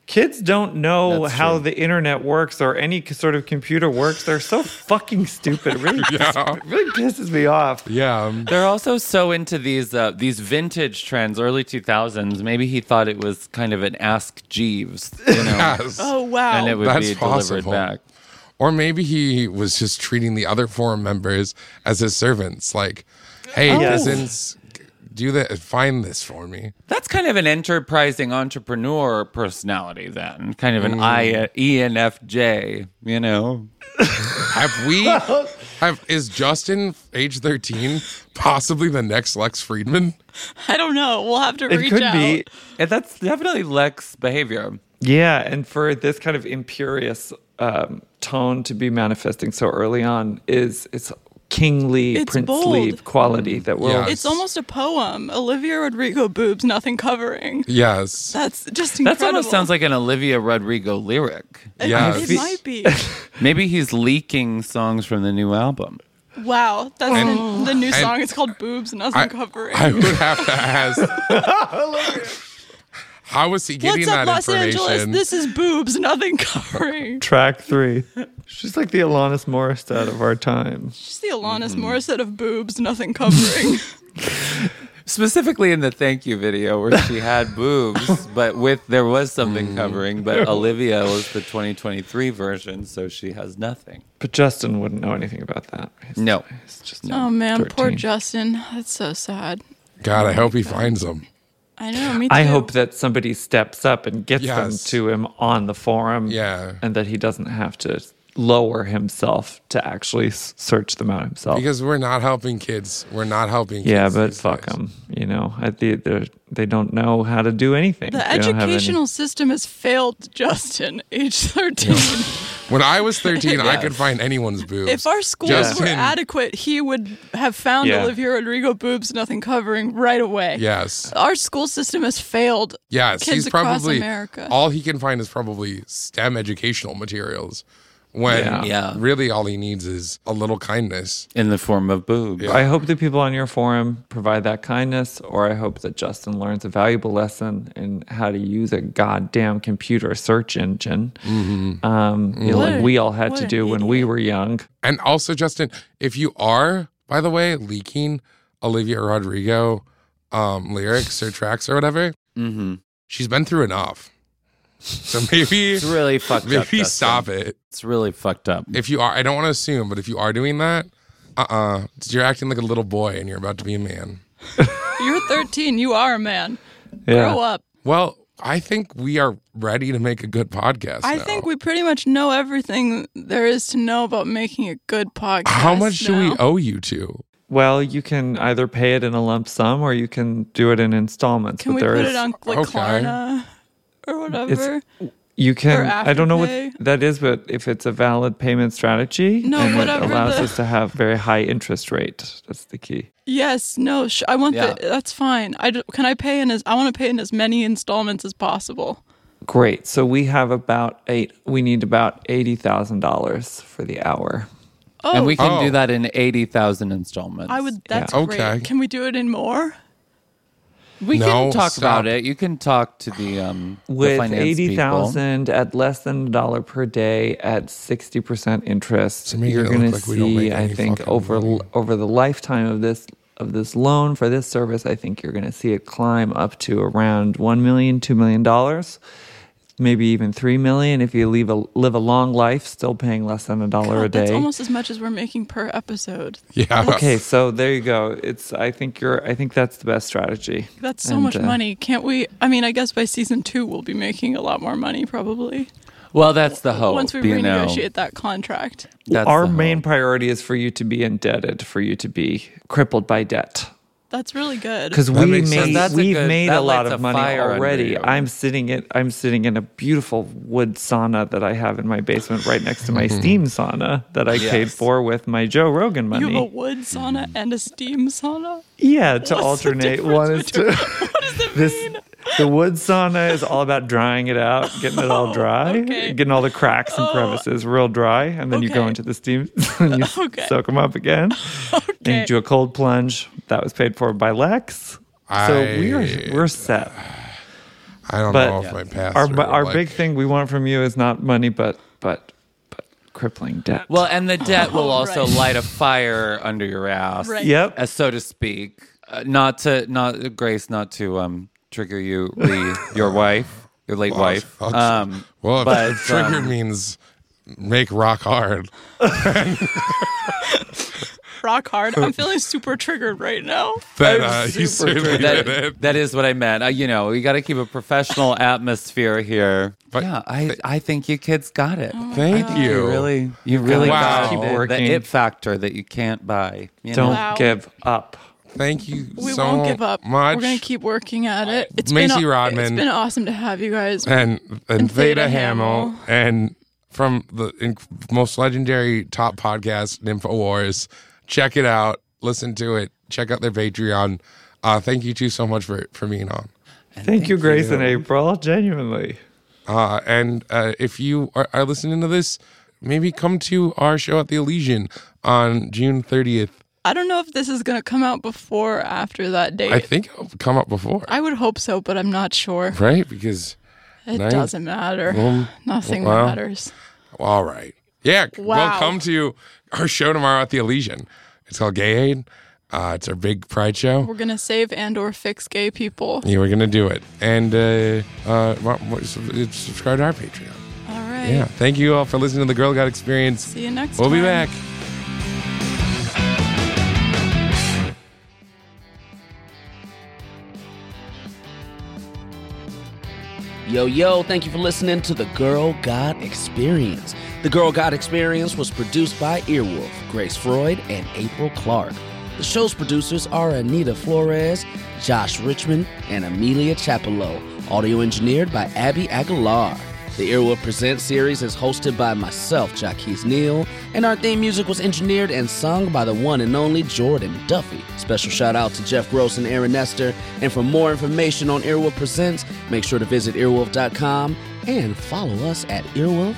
[SPEAKER 6] Kids don't know
[SPEAKER 5] That's
[SPEAKER 6] how
[SPEAKER 5] true.
[SPEAKER 6] the internet works or any c- sort of computer works. They're so fucking stupid. It really,
[SPEAKER 5] Yeah.
[SPEAKER 6] it really pisses me off.
[SPEAKER 5] Yeah.
[SPEAKER 7] They're also so into these uh, these vintage trends, early two thousands. Maybe he thought it was kind of an Ask Jeeves, you know?
[SPEAKER 5] Yes.
[SPEAKER 4] Oh, wow.
[SPEAKER 7] And it would
[SPEAKER 5] That's
[SPEAKER 7] be delivered
[SPEAKER 5] possible.
[SPEAKER 7] back.
[SPEAKER 5] Or maybe he was just treating the other forum members as his servants. Like, hey,
[SPEAKER 7] Oh.
[SPEAKER 5] cousins, do that. Find this for me.
[SPEAKER 7] That's kind of an enterprising entrepreneur personality, then. Kind of an
[SPEAKER 5] Mm.
[SPEAKER 7] I, E ENFJ, you know?
[SPEAKER 5] Have we? have is Justin, age thirteen, possibly the next Lex Friedman?
[SPEAKER 4] I don't know. We'll have to reach out.
[SPEAKER 7] And that's definitely Lex behavior.
[SPEAKER 6] Yeah, and for this kind of imperious um, tone to be manifesting so early on is it's kingly,
[SPEAKER 4] It's
[SPEAKER 6] princely
[SPEAKER 4] bold.
[SPEAKER 6] quality that will.
[SPEAKER 4] It's almost a poem. Olivia Rodrigo boobs, nothing covering.
[SPEAKER 5] Yes.
[SPEAKER 4] That's just
[SPEAKER 7] That
[SPEAKER 4] incredible.
[SPEAKER 7] almost sounds like an Olivia Rodrigo lyric.
[SPEAKER 4] It- It, might be.
[SPEAKER 7] Maybe he's leaking songs from the new album.
[SPEAKER 4] Wow. That's
[SPEAKER 5] And-
[SPEAKER 4] the, the new
[SPEAKER 5] and-
[SPEAKER 4] song. It's called Boobs, Nothing
[SPEAKER 5] I-
[SPEAKER 4] Covering.
[SPEAKER 5] I would have to ask. How was he getting
[SPEAKER 4] What's up,
[SPEAKER 5] that
[SPEAKER 4] Los
[SPEAKER 5] information?
[SPEAKER 4] Angeles? This is Boobs, Nothing Covering.
[SPEAKER 6] Track three. She's like the Alanis Morissette of our time.
[SPEAKER 4] She's the Alanis
[SPEAKER 7] Mm-hmm.
[SPEAKER 4] Morissette of Boobs, Nothing Covering.
[SPEAKER 7] Specifically in the thank you video where she had boobs, but with there was something covering, but Olivia was the 2023 version, so she has nothing.
[SPEAKER 6] But Justin wouldn't know anything about that.
[SPEAKER 5] Mm.
[SPEAKER 7] No.
[SPEAKER 4] oh, man. Poor
[SPEAKER 6] 13.
[SPEAKER 4] Justin. That's so sad.
[SPEAKER 5] God, I hope he finds them.
[SPEAKER 4] I know. Me too.
[SPEAKER 6] I hope that somebody steps up and gets them
[SPEAKER 5] Yes.
[SPEAKER 6] to him on the forum. Yeah. And that he doesn't have to lower himself to actually s- search them out himself.
[SPEAKER 5] Because we're not helping kids. We're not helping
[SPEAKER 6] yeah,
[SPEAKER 5] kids.
[SPEAKER 6] but fuck them. You know, I, they, they're- they don't know how to do anything.
[SPEAKER 4] The
[SPEAKER 6] They don't have any-
[SPEAKER 4] educational system has failed Justin, age 13.
[SPEAKER 5] When I was 13, I could
[SPEAKER 4] Yes.
[SPEAKER 5] find anyone's boobs.
[SPEAKER 4] If our schools
[SPEAKER 5] Just
[SPEAKER 4] were
[SPEAKER 5] in-
[SPEAKER 4] adequate, he would have found
[SPEAKER 5] Yeah.
[SPEAKER 4] Olivia Rodrigo boobs, nothing covering right away.
[SPEAKER 5] Yes.
[SPEAKER 4] Our school system has failed.
[SPEAKER 5] Yes,
[SPEAKER 4] kids
[SPEAKER 5] he's
[SPEAKER 4] across
[SPEAKER 5] probably
[SPEAKER 4] America.
[SPEAKER 5] all he can find is probably STEM educational materials. When
[SPEAKER 6] Yeah.
[SPEAKER 7] Yeah.
[SPEAKER 5] really all he needs is a little kindness.
[SPEAKER 7] in the form of boobs.
[SPEAKER 6] I hope the people on your forum provide that kindness, or I hope that Justin learns a valuable lesson in how to use a goddamn computer search engine. Um, you know,
[SPEAKER 5] What
[SPEAKER 6] like
[SPEAKER 5] a-
[SPEAKER 6] we all had
[SPEAKER 5] what
[SPEAKER 6] to
[SPEAKER 5] an
[SPEAKER 6] do when we were young.
[SPEAKER 5] And also, Justin, if you are, by the way, leaking Olivia Rodrigo um, lyrics or tracks or whatever,
[SPEAKER 7] Mm-hmm.
[SPEAKER 5] she's been through enough. So maybe
[SPEAKER 7] It's really fucked
[SPEAKER 5] maybe
[SPEAKER 7] up. Dustin.
[SPEAKER 5] stop it.
[SPEAKER 7] It's really fucked up.
[SPEAKER 5] If you are, I don't want to assume, but if you are doing that, uh uh-uh, uh, you are acting like a little boy and you're about to be a man.
[SPEAKER 4] You're 13. You are a man.
[SPEAKER 5] Yeah.
[SPEAKER 4] Grow up.
[SPEAKER 5] Well, I think we are ready to make a good podcast.
[SPEAKER 4] I
[SPEAKER 5] now.
[SPEAKER 4] think we pretty much know everything there is to know about making a good podcast.
[SPEAKER 5] How much do we
[SPEAKER 4] now.
[SPEAKER 5] owe you two?
[SPEAKER 6] Well, you can either pay it in a lump sum or you can do it in installments.
[SPEAKER 4] Can
[SPEAKER 6] but
[SPEAKER 4] we
[SPEAKER 6] there
[SPEAKER 4] put
[SPEAKER 6] is-
[SPEAKER 4] it on like Klarna or whatever?
[SPEAKER 6] You can.
[SPEAKER 4] Or
[SPEAKER 6] I don't know what
[SPEAKER 4] Afterpay?
[SPEAKER 6] that is, but if it's a valid payment strategy,
[SPEAKER 4] No,
[SPEAKER 6] and it
[SPEAKER 4] whatever
[SPEAKER 6] allows
[SPEAKER 4] the-
[SPEAKER 6] us to have very high interest rate. That's the key.
[SPEAKER 4] Yes, no, sh- I want
[SPEAKER 6] Yeah.
[SPEAKER 4] the. That's fine. I d- can I pay in as I want to pay in as many installments as possible.
[SPEAKER 6] Great. So we have about eight. We need about eighty thousand dollars for the hour.
[SPEAKER 4] Oh,
[SPEAKER 7] and we can
[SPEAKER 6] Oh.
[SPEAKER 7] do that in 80,000 installments.
[SPEAKER 4] I would. That's
[SPEAKER 7] Yeah.
[SPEAKER 4] great.
[SPEAKER 7] Okay.
[SPEAKER 4] Can we do it in more?
[SPEAKER 7] We
[SPEAKER 6] No,
[SPEAKER 7] can talk
[SPEAKER 6] stop.
[SPEAKER 7] about it. You can talk to the um the
[SPEAKER 6] With
[SPEAKER 7] finance
[SPEAKER 6] eighty
[SPEAKER 7] people.
[SPEAKER 6] thousand at less than a dollar per day at sixty percent interest,
[SPEAKER 5] make
[SPEAKER 6] you're
[SPEAKER 5] it look
[SPEAKER 6] going to
[SPEAKER 5] like we don't
[SPEAKER 6] see.
[SPEAKER 5] make
[SPEAKER 6] I
[SPEAKER 5] any
[SPEAKER 6] think over over the lifetime of this of this loan for this service, I think you're going to see it climb up to around one million, two million dollars, maybe even three million if you leave a live a long life, still paying less than a dollar a
[SPEAKER 4] God,
[SPEAKER 6] day.
[SPEAKER 4] That's almost as much as we're making per episode.
[SPEAKER 6] Okay, so there you go. It's. I think you're. I think that's the best strategy.
[SPEAKER 4] That's so
[SPEAKER 6] And,
[SPEAKER 4] much
[SPEAKER 6] uh,
[SPEAKER 4] money. Can't we? I mean, I guess by season two we'll be making a lot more money probably
[SPEAKER 7] Well, that's the hope.
[SPEAKER 4] once we
[SPEAKER 6] you know.
[SPEAKER 4] renegotiate that contract.
[SPEAKER 6] Our main priority is for you to be indebted, for you to be crippled by debt.
[SPEAKER 4] That's really good.
[SPEAKER 6] Because we made, we've made a lot of money
[SPEAKER 7] fire under
[SPEAKER 6] already.
[SPEAKER 7] you.
[SPEAKER 6] I'm sitting it. I'm sitting in a beautiful wood sauna that I have in my basement, right next to my steam sauna that I paid
[SPEAKER 4] Yes.
[SPEAKER 6] for with my Joe Rogan money.
[SPEAKER 4] You have a wood sauna and a steam sauna.
[SPEAKER 6] Yeah, to alternate. One is to. this, The wood sauna is all about drying it out, getting it all dry, getting all the cracks and crevices real dry, and then you go into the steam and you soak them up again. And you do a cold plunge. That was paid for by Lex. So
[SPEAKER 5] I-
[SPEAKER 6] we're we're set.
[SPEAKER 5] I don't
[SPEAKER 6] But
[SPEAKER 5] know if my pastor
[SPEAKER 6] our our
[SPEAKER 5] would
[SPEAKER 6] big
[SPEAKER 5] like-
[SPEAKER 6] thing we want from you is not money, but but but crippling debt.
[SPEAKER 7] Well, and the debt will also
[SPEAKER 6] Right.
[SPEAKER 7] light a fire under your ass.
[SPEAKER 6] Right. Yep.
[SPEAKER 7] As so to speak. Uh, not to not Grace, not to um trigger you, Lee, your wife, your late
[SPEAKER 5] Well,
[SPEAKER 7] wife.
[SPEAKER 5] I'll-
[SPEAKER 7] Um
[SPEAKER 5] well, if
[SPEAKER 7] but,
[SPEAKER 5] trigger
[SPEAKER 7] um,
[SPEAKER 5] means make rock hard.
[SPEAKER 4] Rock hard. I'm feeling super triggered right now.
[SPEAKER 5] That, uh,
[SPEAKER 7] I'm
[SPEAKER 5] you
[SPEAKER 7] super
[SPEAKER 5] certainly
[SPEAKER 7] triggered. That-
[SPEAKER 5] did it.
[SPEAKER 7] that is what I meant. Uh, you know, we got to keep a professional atmosphere here. But yeah, I I think you kids got it.
[SPEAKER 5] Thank
[SPEAKER 7] I
[SPEAKER 6] Uh,
[SPEAKER 7] think
[SPEAKER 5] you.
[SPEAKER 7] really, you really
[SPEAKER 5] Wow.
[SPEAKER 7] got
[SPEAKER 5] Keep
[SPEAKER 7] the-
[SPEAKER 5] working.
[SPEAKER 7] The it factor that you can't buy. you
[SPEAKER 6] Don't
[SPEAKER 7] know?
[SPEAKER 4] Wow.
[SPEAKER 6] give up.
[SPEAKER 5] Thank you
[SPEAKER 4] We
[SPEAKER 5] so
[SPEAKER 4] won't give up.
[SPEAKER 5] much.
[SPEAKER 4] We're gonna keep working at it. It's
[SPEAKER 5] Macy
[SPEAKER 4] been, aw- It's
[SPEAKER 5] Rodman.
[SPEAKER 4] been awesome to have you guys.
[SPEAKER 5] and and, Theta,
[SPEAKER 4] Theta
[SPEAKER 5] Hamill,
[SPEAKER 4] Hamill.
[SPEAKER 5] and from the inc- most legendary top podcast, InfoWars. Check it out. Listen to it. Check out their Patreon. Uh, thank you two so much for for being on.
[SPEAKER 6] Thank, you, Grace and April. Genuinely.
[SPEAKER 5] Uh, and uh, if you are, are listening to this, maybe come to our show at the Elysian on June 30th.
[SPEAKER 4] I don't know if this is gonna come out before or after that date.
[SPEAKER 5] I think it'll come up before,
[SPEAKER 4] I would hope so, but I'm not sure.
[SPEAKER 5] right? Because
[SPEAKER 4] It
[SPEAKER 5] Right.
[SPEAKER 4] doesn't matter.
[SPEAKER 5] Well,
[SPEAKER 4] Nothing
[SPEAKER 5] well.
[SPEAKER 4] matters.
[SPEAKER 5] All right. Yeah.
[SPEAKER 4] Wow.
[SPEAKER 5] Well, come to our show tomorrow at the Elysian. It's called Gay Aid. Uh, it's our big pride show.
[SPEAKER 4] We're gonna save and or fix gay people.
[SPEAKER 5] Yeah, we're going to do it. And uh, uh, wa- wa- sub- subscribe to our Patreon.
[SPEAKER 4] All right.
[SPEAKER 5] Yeah. Thank you all for listening to the Girl God Experience.
[SPEAKER 4] See you next
[SPEAKER 5] We'll be
[SPEAKER 4] time.
[SPEAKER 5] back.
[SPEAKER 9] Yo, yo, thank you for listening to the Girl God Experience. The Girl God Experience was produced by Earwolf, Grace Freud, and April Clark. The show's producers are Anita Flores, Josh Richmond, and Amelia Chapello. Audio engineered by Abby Aguilar.
[SPEAKER 6] The Earwolf Presents series is hosted by myself, Jaquise Neal, and our theme music was engineered and sung by the one and only Jordan Duffy. Special shout out to Jeff Gross and Aaron Nestor. And for more information on Earwolf Presents, make sure to visit earwolf.com and follow us at Earwolf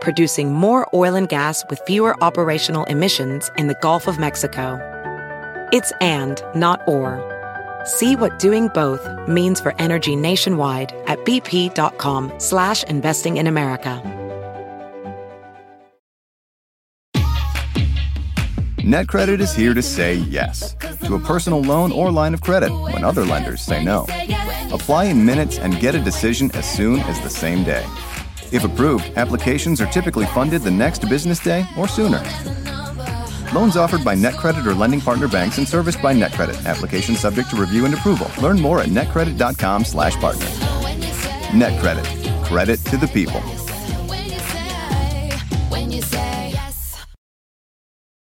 [SPEAKER 10] producing more oil and gas with fewer operational emissions in the Gulf of Mexico. It's and, not or. See what doing both means for energy nationwide at bp.com slash investing in America.
[SPEAKER 8] NetCredit is here to say yes to a personal loan or line of credit when other lenders say no. Apply in minutes and get a decision as soon as the same day. If approved, applications are typically funded the next business day or sooner. Loans offered by NetCredit or lending partner banks and serviced by NetCredit. Application subject to review and approval. Learn more at netcredit.com/partner. NetCredit. Credit to the people.